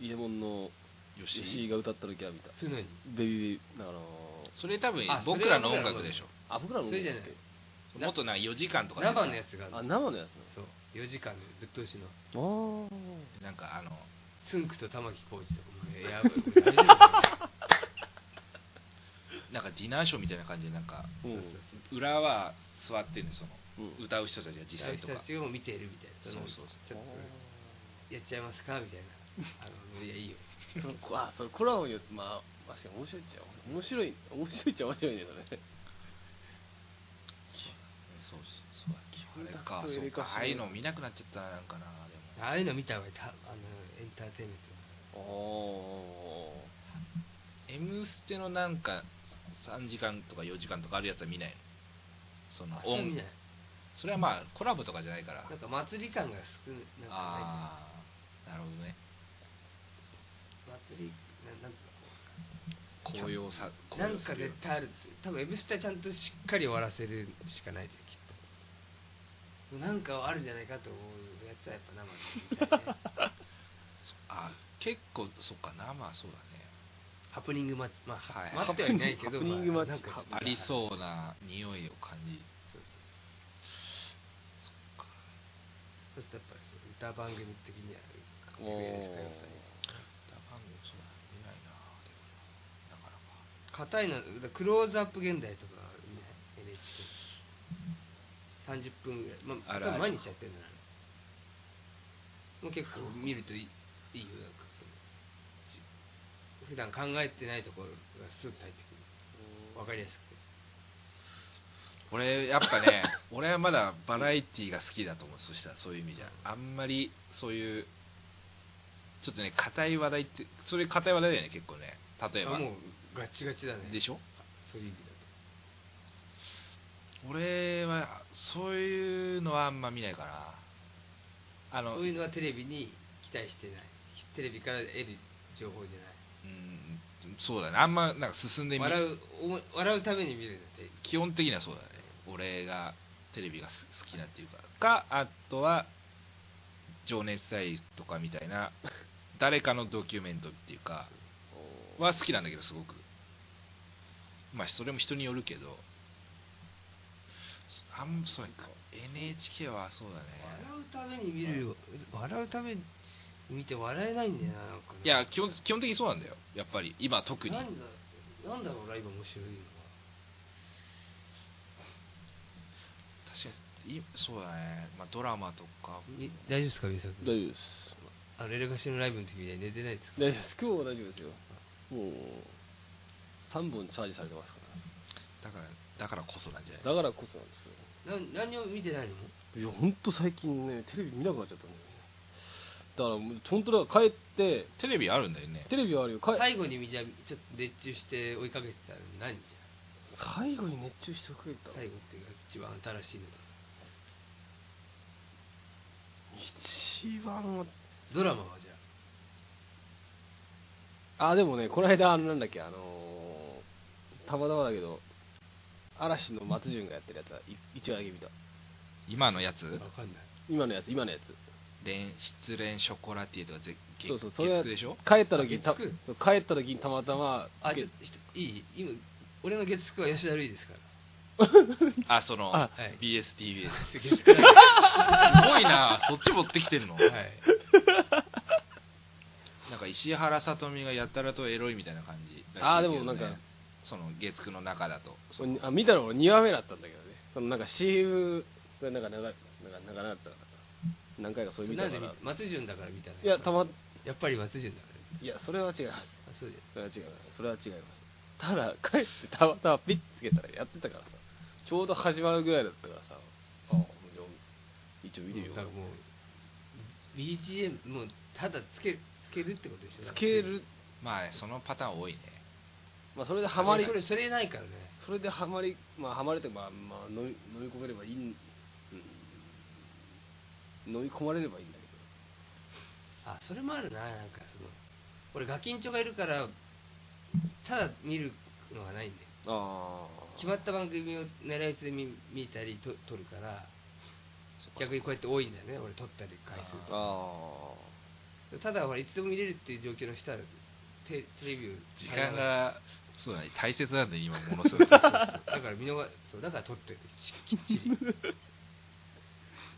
Speaker 4: ー、イエモンの
Speaker 5: 吉井
Speaker 4: 吉井が歌った時は見た。
Speaker 3: そういうのに
Speaker 4: ベビー、あのー、
Speaker 5: それ多分
Speaker 3: あそれ
Speaker 5: 僕らの音楽でしょ
Speaker 4: あ、僕らの
Speaker 3: それじゃないな
Speaker 5: もっとな4時間とか
Speaker 3: 生のやつが
Speaker 4: あ、
Speaker 3: あるの
Speaker 4: 生のやつ
Speaker 3: そう4時間のぶっ通しの
Speaker 4: なの
Speaker 5: なんかあの
Speaker 3: つんくと玉置浩二とかもねやばいこれ大丈夫かな
Speaker 5: なんかディナーショーみたいな感じでなんか
Speaker 4: あー。うん。
Speaker 5: 裏は座ってんのその
Speaker 4: うん
Speaker 5: 歌う人たちが実際と
Speaker 3: 人
Speaker 5: か
Speaker 3: たちを見ているみたいな
Speaker 5: そうそう
Speaker 3: ちょっとやっちゃいますかみたいなあのいやいいよ
Speaker 8: あそれコラボによってまあ確かに面白いっちゃ面白い面白いっちゃ面白いねそれ
Speaker 5: そうそうそうあれか
Speaker 8: キムタクとエレ
Speaker 5: そう
Speaker 8: カ
Speaker 5: か
Speaker 8: シ
Speaker 5: ああいうの見なくなっちゃったななんかなでも
Speaker 3: ああいうの見た方がいいたあのエンターテインメン
Speaker 4: あー
Speaker 5: M ステのなんか3時間とか4時間とかあるやつは見ないのその
Speaker 3: トのあそういうの
Speaker 5: 音
Speaker 3: 見ない
Speaker 5: それはまあコラボとかじゃないから
Speaker 3: なんか祭り感が少ないなんかない
Speaker 5: ああなるほどね
Speaker 3: 祭りななんつうの
Speaker 5: 紅葉さ紅
Speaker 3: なん
Speaker 5: 葉す
Speaker 3: か
Speaker 5: るよ
Speaker 3: 絶対あるって多分エブスタちゃんとしっかり終わらせるしかないじゃんきっとなんかあるんじゃないかと思うやつはやっぱ生で見たいね
Speaker 5: あ結構そっか生はそうだね
Speaker 3: ハプニングマッチまあ、
Speaker 5: はい
Speaker 3: 待ってはいないけ
Speaker 4: ハ
Speaker 3: ど
Speaker 4: プニングマッチ
Speaker 3: まあなんか
Speaker 5: ありそうな匂いを感じ
Speaker 3: そうするとやっぱりそう歌番組的には
Speaker 4: お
Speaker 5: 歌番組そうだね見ないなでもなかなか
Speaker 3: 硬いのだクローズアップ現代とかあるね NHK30 分ぐらい、まあ、
Speaker 5: あるある
Speaker 3: 多分毎日やってるんだろうもう結構見るといいいいよなんかそのし普段考えてないところがスッと入ってくるわかりやすくて
Speaker 5: 俺やっぱね *laughs* 俺はまだバラエティーが好きだと思うそしたらそういう意味じゃあんまりそういうちょっとね硬い話題ってそれ硬い話題だよね結構ね例えば
Speaker 3: あもうガチガチだね
Speaker 5: でしょ
Speaker 3: そういう意味だと
Speaker 5: 俺はそういうのはあんま見ないかなあの
Speaker 3: そういうのはテレビに期待してないテレビから得る情報じゃない
Speaker 5: うんそうだねあんまなんか進んでみ
Speaker 3: 笑うおも笑うために見るんだって
Speaker 5: 基本的にはそうだね俺がテレビがす好きなっていうかかあとは「情熱大陸」とかみたいな *laughs* 誰かのドキュメントっていうかは好きなんだけどすごくまあそれも人によるけどあんそうか NHK はそうだね
Speaker 3: 笑うために見るよ笑うために見て笑えないんだよななんかね
Speaker 5: いや基本基本的にそうなんだよやっぱり今特に
Speaker 3: なんだなんだろうな今面白いの
Speaker 5: 確かにいそうだね、まあ、ドラマとか
Speaker 3: は大丈夫ですか皆さん
Speaker 4: 大丈夫です。
Speaker 3: あのエレガシのライブの時みたいに寝てないですか
Speaker 4: 大丈夫です。今日は大丈夫ですよ。もう、3本チャージされてますから。
Speaker 5: だからだからこそなんじゃない
Speaker 4: だからこそなんですよ。
Speaker 3: な何を見てないの
Speaker 4: いや、ほんと最近ね、テレビ見なくなっちゃったんだよね。だからもう、ほんとだから帰って、
Speaker 5: テレビあるんだよね
Speaker 4: テレビはあるよ、帰
Speaker 3: 最後にじゃあちょっと熱中して追いかけてたら何じ
Speaker 4: 最後に熱中してくれた
Speaker 3: ゃん
Speaker 4: の
Speaker 3: 最後っていうか一番新しいの
Speaker 4: 一番は
Speaker 3: ドラマはじゃあ
Speaker 4: あでもねこの間あのなんだっけあのーたまたまだけど嵐の松潤がやってるやつはい一応だけ見た
Speaker 5: 今のやつ
Speaker 3: わかんない
Speaker 4: 今のやつ今のやつ
Speaker 5: 恋失恋ショコラティエとかぜ月
Speaker 4: そうそうそれは
Speaker 5: 月九で
Speaker 4: *laughs*
Speaker 5: しょ
Speaker 4: 帰った時にた
Speaker 3: 月九
Speaker 4: そう帰った時にたまたま
Speaker 3: あちょっとひといい今俺の月9は吉田類ですか
Speaker 5: あその
Speaker 4: あ
Speaker 3: らはい
Speaker 5: BSTV す
Speaker 3: 月9は
Speaker 5: ごいなそっち持ってきて
Speaker 4: *laughs*
Speaker 5: るの
Speaker 3: い
Speaker 5: なんか石原さとみがやたらとエロいみたいな感じらしいけどね
Speaker 4: あーでもなんか
Speaker 5: その月9の中だと
Speaker 4: そ
Speaker 5: そ
Speaker 4: ううあ見たの俺2話目だったんだけどねそのなんか CM がなんか流れなんか流れだったから何回かそれ見た
Speaker 3: な
Speaker 4: か
Speaker 3: んで
Speaker 4: ら
Speaker 3: 見松潤だから見たの
Speaker 4: いやたま
Speaker 3: やっぱり松潤だからね
Speaker 4: いやそれは違います
Speaker 3: あそうです
Speaker 4: それは違いますそれは違いますただ帰ってたまたまピッつけたらやってたからさちょうど始まるぐらいだったからさあじゃあ一応見てみよう
Speaker 3: だからもう BGM もうただつけつけるってことでしょ
Speaker 4: つける
Speaker 5: まあねそのパターン多いね
Speaker 4: まあそれでハ
Speaker 3: あ
Speaker 4: マ
Speaker 3: ま
Speaker 4: り
Speaker 3: りこれそれないからね
Speaker 4: それでハマりまあハマりというかまあまあ飲み飲み込めればいいん、うん、飲み込まれればいいんだけど
Speaker 3: あそれもあるななんかその俺ガキンチョがいるからただ見るのがないんで
Speaker 4: あ
Speaker 3: 決まった番組を狙い撃ちで見見たりと撮るから逆にこうやって多いんだよね俺撮ったり回数と
Speaker 4: あ
Speaker 3: ただほらいつでも見れるっていう状況の人はテテレビを
Speaker 5: 時間がそうだね大切なんで今ものす
Speaker 4: *laughs*
Speaker 5: ごく
Speaker 3: だから見逃そうだから撮ってるききっちり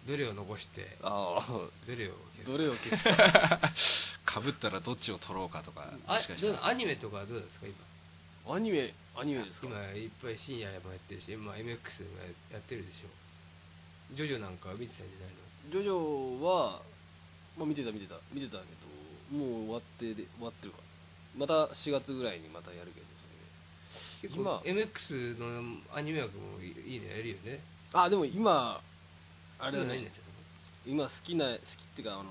Speaker 3: どれを残して
Speaker 4: ああ
Speaker 3: どれを
Speaker 4: あ
Speaker 3: 消す
Speaker 4: どれを消す
Speaker 5: かぶったらどっちを取ろうかとか
Speaker 3: あ
Speaker 5: もしかし
Speaker 3: ど
Speaker 5: た
Speaker 3: う
Speaker 5: ら
Speaker 3: アニメとかはどうですか今
Speaker 4: アニメアニメですか
Speaker 3: 今いっぱい深夜もやってるし、まあ、MX でもやってるでしょジョジョなんかは見てたんじゃないの
Speaker 4: ジョジョは、まあ、見てた見てた見てたけどもう終わってで終わってるからまた4月ぐらいにまたやるけどそれ
Speaker 3: 結
Speaker 4: で
Speaker 3: 構
Speaker 4: 今
Speaker 3: MX のアニメ枠もいいいねやるよね
Speaker 4: あでも今あ
Speaker 3: あ
Speaker 4: れ
Speaker 3: は
Speaker 4: だ
Speaker 3: ないん
Speaker 4: ね
Speaker 3: ですよ
Speaker 4: 今好きな好きっていうかあの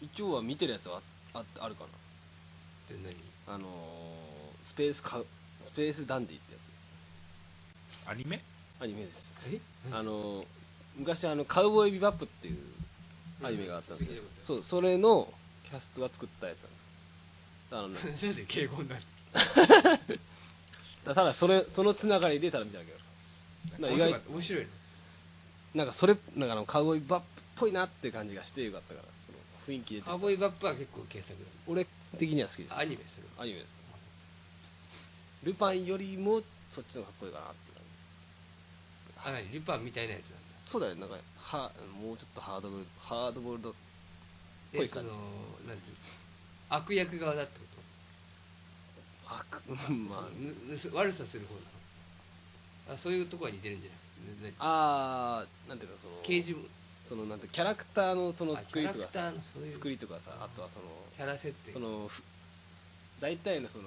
Speaker 4: 一応は見てるやつはあああるか
Speaker 3: で何
Speaker 4: なあのスペースカウスペースダンディってや
Speaker 5: ア
Speaker 4: *laughs*
Speaker 5: ニメ
Speaker 4: つアニメです
Speaker 3: え
Speaker 4: あの昔あのカウボーイビバップっていうアニメがあったんですけど、そうそれのキャストが作ったやつなんですあのね *laughs*
Speaker 3: *laughs* なんで敬語になる
Speaker 4: だただそれそのつながりでたら見ただけだから意外
Speaker 3: 面白いの
Speaker 4: なんかそれなんかあのカウボーイバップっぽいなっていう感じがしてよかったからその雰囲気出て
Speaker 3: カーボーイバップは結構傑作だね
Speaker 4: 俺的には好きです
Speaker 3: アニメする
Speaker 4: アニメですルパンよりもそっちの方がかっこいいかなって感
Speaker 3: あ何ルパンみたいなやつなんだ
Speaker 4: じそうだよなんかはもうちょっとハードボールハードボールドぽ
Speaker 3: で
Speaker 4: い
Speaker 3: そ
Speaker 4: 感
Speaker 3: の
Speaker 4: じ
Speaker 3: 何悪役側だってこと
Speaker 4: *laughs* あくま
Speaker 3: そうぬぬ悪さする方なのあそういうとこは似てるんじゃないぬぬ
Speaker 4: ああーなんていうかその
Speaker 3: 刑事も
Speaker 4: そのなんてキャラクターのその
Speaker 3: あ
Speaker 4: 作りと
Speaker 3: キャ
Speaker 4: か
Speaker 3: ラクター
Speaker 4: さ
Speaker 3: のそういう
Speaker 4: 作りとかさあとはその
Speaker 3: キャラ設定
Speaker 4: そのふ大体のその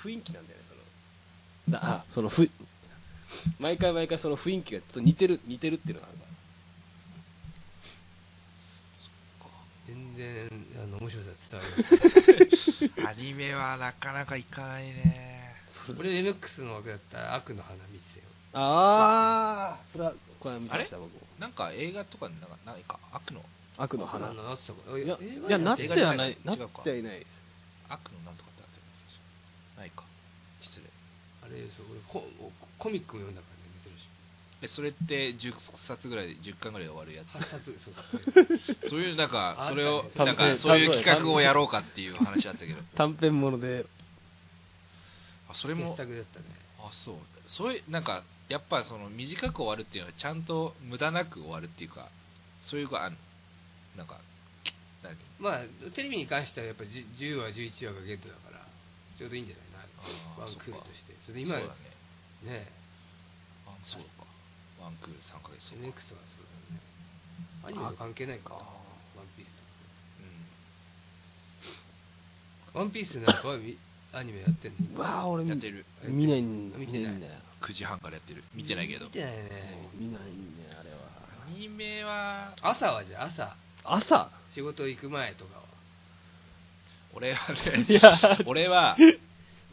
Speaker 4: 雰囲気なんだよねそのだあそのふ毎回毎回その雰囲気がちょっと似てる似てるっていうのがあるか
Speaker 3: 全然あの面白さ伝わ
Speaker 5: アニメはなかなかいかないね
Speaker 4: *laughs* ら
Speaker 3: ります俺 MX の枠だったら悪の花見てたよ
Speaker 4: ああそれはこれは見ました僕も
Speaker 5: なんか映画とかなんかないか悪の
Speaker 4: 悪の花
Speaker 3: あのなってたこと
Speaker 4: いや
Speaker 3: 映画
Speaker 4: いやなっ
Speaker 5: って
Speaker 4: て
Speaker 3: 映画
Speaker 5: 映画じゃ
Speaker 4: は
Speaker 5: な
Speaker 4: ないい
Speaker 5: の
Speaker 4: な
Speaker 5: 違
Speaker 4: っ
Speaker 5: うか
Speaker 4: てはいないです
Speaker 5: 悪のなんとかってあったよねないか失礼
Speaker 3: あれですよ俺ココミックを読んだからね珍しい
Speaker 5: えそれって10冊ぐらい10巻ぐらいで終わるや
Speaker 3: 8冊そうそう
Speaker 4: *laughs*
Speaker 5: つそういうなんかそれ
Speaker 3: *laughs*
Speaker 5: を
Speaker 3: あった
Speaker 4: ね
Speaker 5: なんかそういう企画をやろうかっていう話あったけど
Speaker 4: 短編もので
Speaker 5: あそれも
Speaker 3: 傑作だったね
Speaker 5: あそうそういうなんかやっぱその短く終わるっていうのはちゃんと無駄なく終わるっていうかそういうのがあんのなんか何
Speaker 3: まあテレビに関してはやっぱじ10話11話がゲットだからちょうどいいんじゃない
Speaker 5: あー
Speaker 3: なワンクール
Speaker 5: そっか
Speaker 3: としてそれで今
Speaker 5: そう
Speaker 3: ね
Speaker 5: だねあそうかワンクール3ヶ月そう
Speaker 3: MX は
Speaker 5: か
Speaker 3: そうだねアニメは関係ないかワンピースとワンピースなんかはみ *laughs* アニメやってんの
Speaker 4: わあ俺
Speaker 5: うん
Speaker 4: 見
Speaker 5: やってる
Speaker 4: 見ないん
Speaker 3: 見てない
Speaker 4: んだよ
Speaker 5: 9時半からやってる見てないけど
Speaker 3: 見てないね
Speaker 4: 見ないんだよあれは
Speaker 5: アニメは
Speaker 3: 朝はじゃあ朝
Speaker 4: 朝
Speaker 3: 仕事行く前とか
Speaker 5: *laughs*
Speaker 3: は
Speaker 5: 俺は
Speaker 4: い
Speaker 5: ね
Speaker 4: や
Speaker 5: 俺は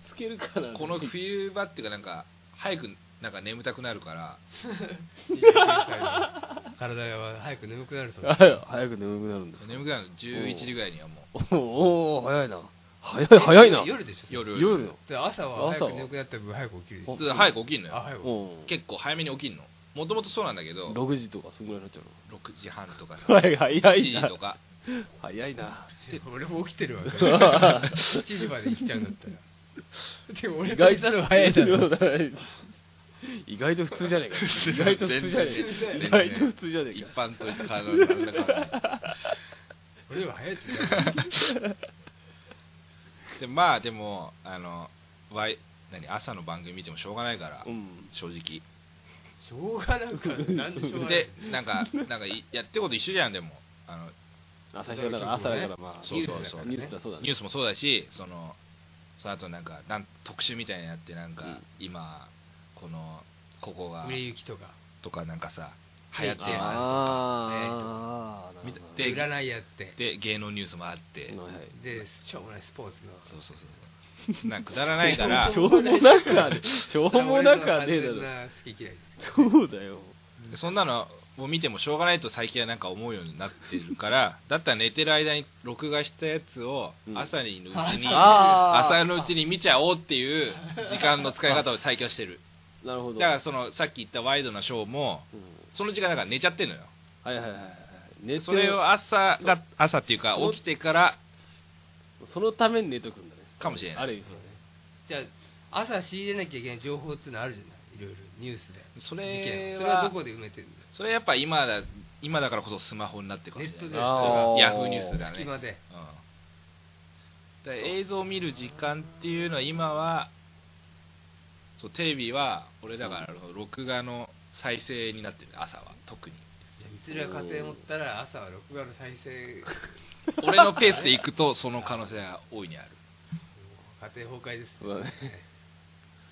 Speaker 4: つけるかな
Speaker 5: この冬場っていうかなんか早くなんか眠たくなるから
Speaker 3: 体が早く眠
Speaker 5: *laughs*
Speaker 3: くなるそう
Speaker 4: あ早く眠くなるんだ
Speaker 5: 眠くなるの11時ぐらいにはもう
Speaker 4: おお早いな早い早いな
Speaker 3: 夜でしょ
Speaker 5: 夜
Speaker 4: 夜の
Speaker 3: で朝は
Speaker 4: 朝
Speaker 3: 早く
Speaker 4: は
Speaker 3: 眠くなった分早く起きるでし
Speaker 5: 普
Speaker 3: ょ
Speaker 5: 通早く起きんの
Speaker 3: あ
Speaker 5: よ
Speaker 3: 早く
Speaker 4: うん
Speaker 5: 結構早めに起きんのもともとそうなんだけど
Speaker 4: 6時とかそんぐらいになっちゃう
Speaker 5: 6時半とかさ
Speaker 4: の早い早
Speaker 5: 7
Speaker 4: い
Speaker 5: 時
Speaker 4: な
Speaker 5: とか
Speaker 4: 早いな
Speaker 3: 俺も起き *laughs* てるわ7時まで生きちゃうんだったらでも俺がいたの早いだろ
Speaker 4: 意外と普通じゃねえか意外と普通じゃねえか意外
Speaker 5: 全然
Speaker 4: と普通じゃねえ
Speaker 5: 一
Speaker 4: か
Speaker 5: 般と体の真ん中は
Speaker 3: *laughs* 俺は早いっすね
Speaker 5: ねでまあでもあのワイ何朝の番組見てもしょうがないから
Speaker 4: うん
Speaker 5: 正直
Speaker 3: しょうがなくなんでしょうがなく
Speaker 5: でなんかなんかいやってること一緒じゃんでもあの
Speaker 4: あ最初だから朝だからまあ
Speaker 5: そうそうそう
Speaker 4: ニュースだそうだ
Speaker 5: ニュ
Speaker 4: ね
Speaker 5: ースもそうだしそのその後なんかなん特集みたいなのやってなんか、今このここが
Speaker 3: 売れ行きとか
Speaker 5: とかなんかさ流行ってま
Speaker 4: あーあーなるほど
Speaker 5: で
Speaker 3: で占いやって
Speaker 5: すで芸能ニュースもあっ
Speaker 4: はい
Speaker 5: て
Speaker 4: はい
Speaker 3: でしょうもないスポーツの
Speaker 5: そうそうそうそうなんかくだらな
Speaker 4: *laughs*
Speaker 5: いから
Speaker 4: しょうもなくはねしょうもなくはねえだろ
Speaker 3: 俺の完全な好き嫌い
Speaker 4: そうだよ
Speaker 5: そんなのを見てもしょうがないと最近はなんか思うようになってるからだったら寝てる間に録画したやつを
Speaker 4: うん
Speaker 5: 朝にのうちに、
Speaker 4: あー
Speaker 5: 朝のうちに見ちゃおうっていう時間の使い方を最強してる
Speaker 4: なるほ
Speaker 5: だ
Speaker 4: ど
Speaker 5: からそのさっき言ったワイドなショーも
Speaker 4: うん
Speaker 5: その時間だから寝ちゃってるのよ
Speaker 4: はいはいはいはい寝て
Speaker 5: それを朝が朝っていうか起きてから
Speaker 4: そのために寝とくんだね
Speaker 5: かもしれない
Speaker 4: ある意味そうだね
Speaker 3: じゃあ朝仕入れなきゃいけない情報っていうのあるじゃないいろいろニュースで
Speaker 5: そ
Speaker 3: 事件
Speaker 5: れ
Speaker 3: それは
Speaker 5: は
Speaker 3: どこで埋めてるんだよ
Speaker 5: それはやっぱ今だ今だからこそスマホになってくる
Speaker 3: ネットで
Speaker 4: あー
Speaker 5: ヤフーニュースだね
Speaker 3: 隙間で
Speaker 5: うんだから映像を見る時間っていうのは今はそうテレビは俺だから録画の再生になってる朝は特に
Speaker 3: うちら家庭持ったら朝は録画の再生
Speaker 5: 俺のペースで行く *laughs* とその可能性が大いにある
Speaker 3: 家庭崩壊です
Speaker 4: そうだね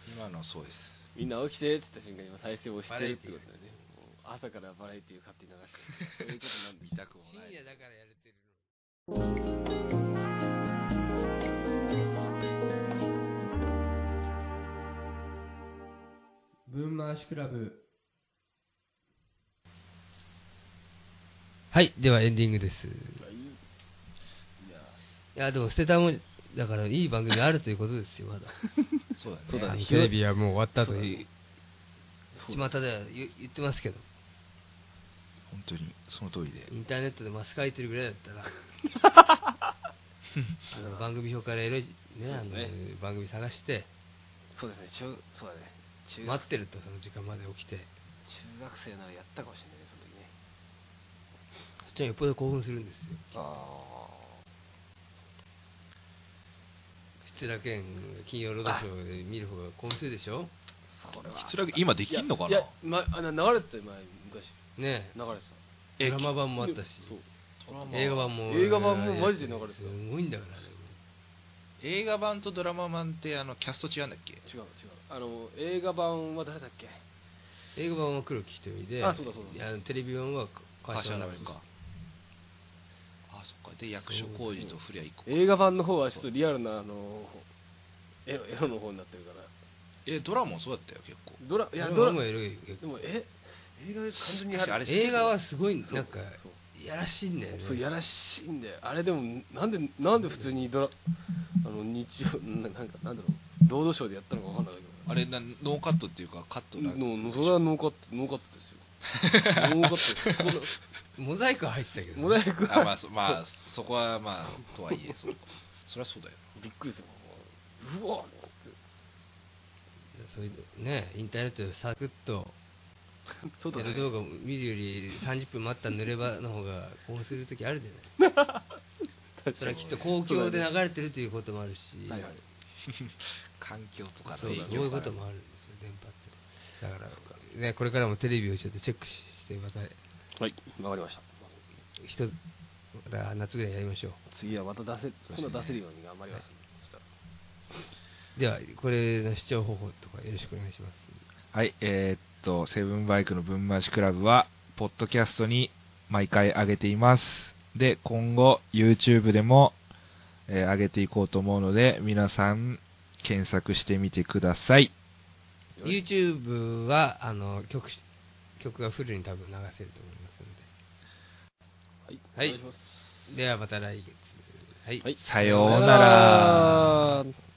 Speaker 5: 今のはそうです
Speaker 4: みんな起きてって言った瞬間今再生をしてるってことだよねもう朝からバラエティーを勝手に流してるそういうことなんで
Speaker 5: 見たくもな
Speaker 3: 深
Speaker 5: い
Speaker 3: 夜だからやれてる文回しクラブはいではエンディングですいやでも捨てたもんだからいい番組あるということですよまだ
Speaker 5: そうだね
Speaker 4: そうだね
Speaker 3: テレビはもう終わったと
Speaker 4: そうだ
Speaker 3: いう
Speaker 4: ね
Speaker 3: 巷では言言ってますけど
Speaker 5: 本当にその通りで
Speaker 3: インターネットでマス書いてるぐらいだったら
Speaker 4: *laughs*
Speaker 3: あの番組表からいろいろねあの
Speaker 4: そうね
Speaker 3: 番組探して
Speaker 4: そうですね中そうだね中
Speaker 3: 待ってるとその時間まで起きて
Speaker 4: 中学生ならやったかもしれないねその時ね
Speaker 3: そっちはよっぽど興奮するんですよ
Speaker 4: あ
Speaker 3: 失楽園金曜ロードショーで見る方が興奮するでしょ
Speaker 4: あこれは
Speaker 5: 失楽今できんのか
Speaker 4: いや
Speaker 5: な
Speaker 4: まあの流れてたよ前昔
Speaker 3: ね
Speaker 4: 流れて
Speaker 3: え
Speaker 5: え
Speaker 3: ドラマ版もあった
Speaker 4: た
Speaker 3: し
Speaker 4: そう
Speaker 3: 映画版も
Speaker 4: 映画版もマジで流れてた
Speaker 3: すごいんだからあれ
Speaker 5: 映画版とドラマ版ってあのキャスト違うんだっけ
Speaker 4: 違う違うあの映画版は誰だっけ
Speaker 3: 映画版は黒木瞳で
Speaker 4: あそうだそうだ
Speaker 3: あのテレビ版は
Speaker 5: 会
Speaker 3: 川
Speaker 5: 社
Speaker 3: 島
Speaker 5: な
Speaker 3: 直
Speaker 5: の
Speaker 3: 美
Speaker 5: かあそっかで役所広司と古谷一行
Speaker 4: 映画版の方はちょっとリアルなあのエロエロの方になってるから
Speaker 5: えドラマもそうだったよ結構
Speaker 4: ドラいや
Speaker 3: ド
Speaker 4: ド
Speaker 3: ラ
Speaker 4: ラ
Speaker 3: マも
Speaker 4: で
Speaker 3: エロいよ
Speaker 4: もえ映画完全に
Speaker 5: あれ
Speaker 3: 映画はすごい
Speaker 4: そう
Speaker 3: なんか
Speaker 4: そう
Speaker 3: いやらしいんだよね
Speaker 4: そうやらしいんだよあれでもなんでなんで普通にドラあの日曜ななんかなんだろうロードショーでやったのかわかんないけど
Speaker 5: あれなノーカットっていうかカットだ
Speaker 4: のそれはノーカットノーカットですよノーカットです
Speaker 3: モザイクは入ってたけどね、
Speaker 4: モザイク
Speaker 5: あ
Speaker 4: は
Speaker 5: まあそまあそこはまあとはいえそうそりゃそうだよ
Speaker 4: びっくりするうわっ
Speaker 3: そういうねインターネットでサクッと
Speaker 4: そうだ
Speaker 3: エロ
Speaker 4: ね
Speaker 3: 動画を見る
Speaker 4: *laughs*
Speaker 3: より30分待ったら濡れ場の方が興奮する時あるじゃないそれはきっと公共で流れてるということもあるし、
Speaker 4: はいはい
Speaker 5: 環境とか
Speaker 3: そ
Speaker 5: の
Speaker 3: う
Speaker 5: 影
Speaker 3: だ
Speaker 5: 響
Speaker 3: そういうこともあるんですよ、電波って。だから、ね、これからもテレビをちょっとチェックして、また
Speaker 4: はいわかりました
Speaker 3: 一つ、また夏ぐらいやりましょ
Speaker 4: 次はまた出せ今度出せるように頑張りまし
Speaker 3: う。では、これの視聴方法とかよろしくお願いします。
Speaker 5: はいえーっとセブンバイクの分回しクラブはポッドキャストに毎回上げていますで今後 YouTube でも、えー上げていこうと思うので皆さん検索してみてください
Speaker 3: YouTube は、あの、曲、曲がフルに多分流せると思いますの
Speaker 4: はい
Speaker 3: はい
Speaker 4: お願いします
Speaker 3: で。では、また来月。
Speaker 9: はい
Speaker 4: はい
Speaker 5: さようなら。
Speaker 4: ら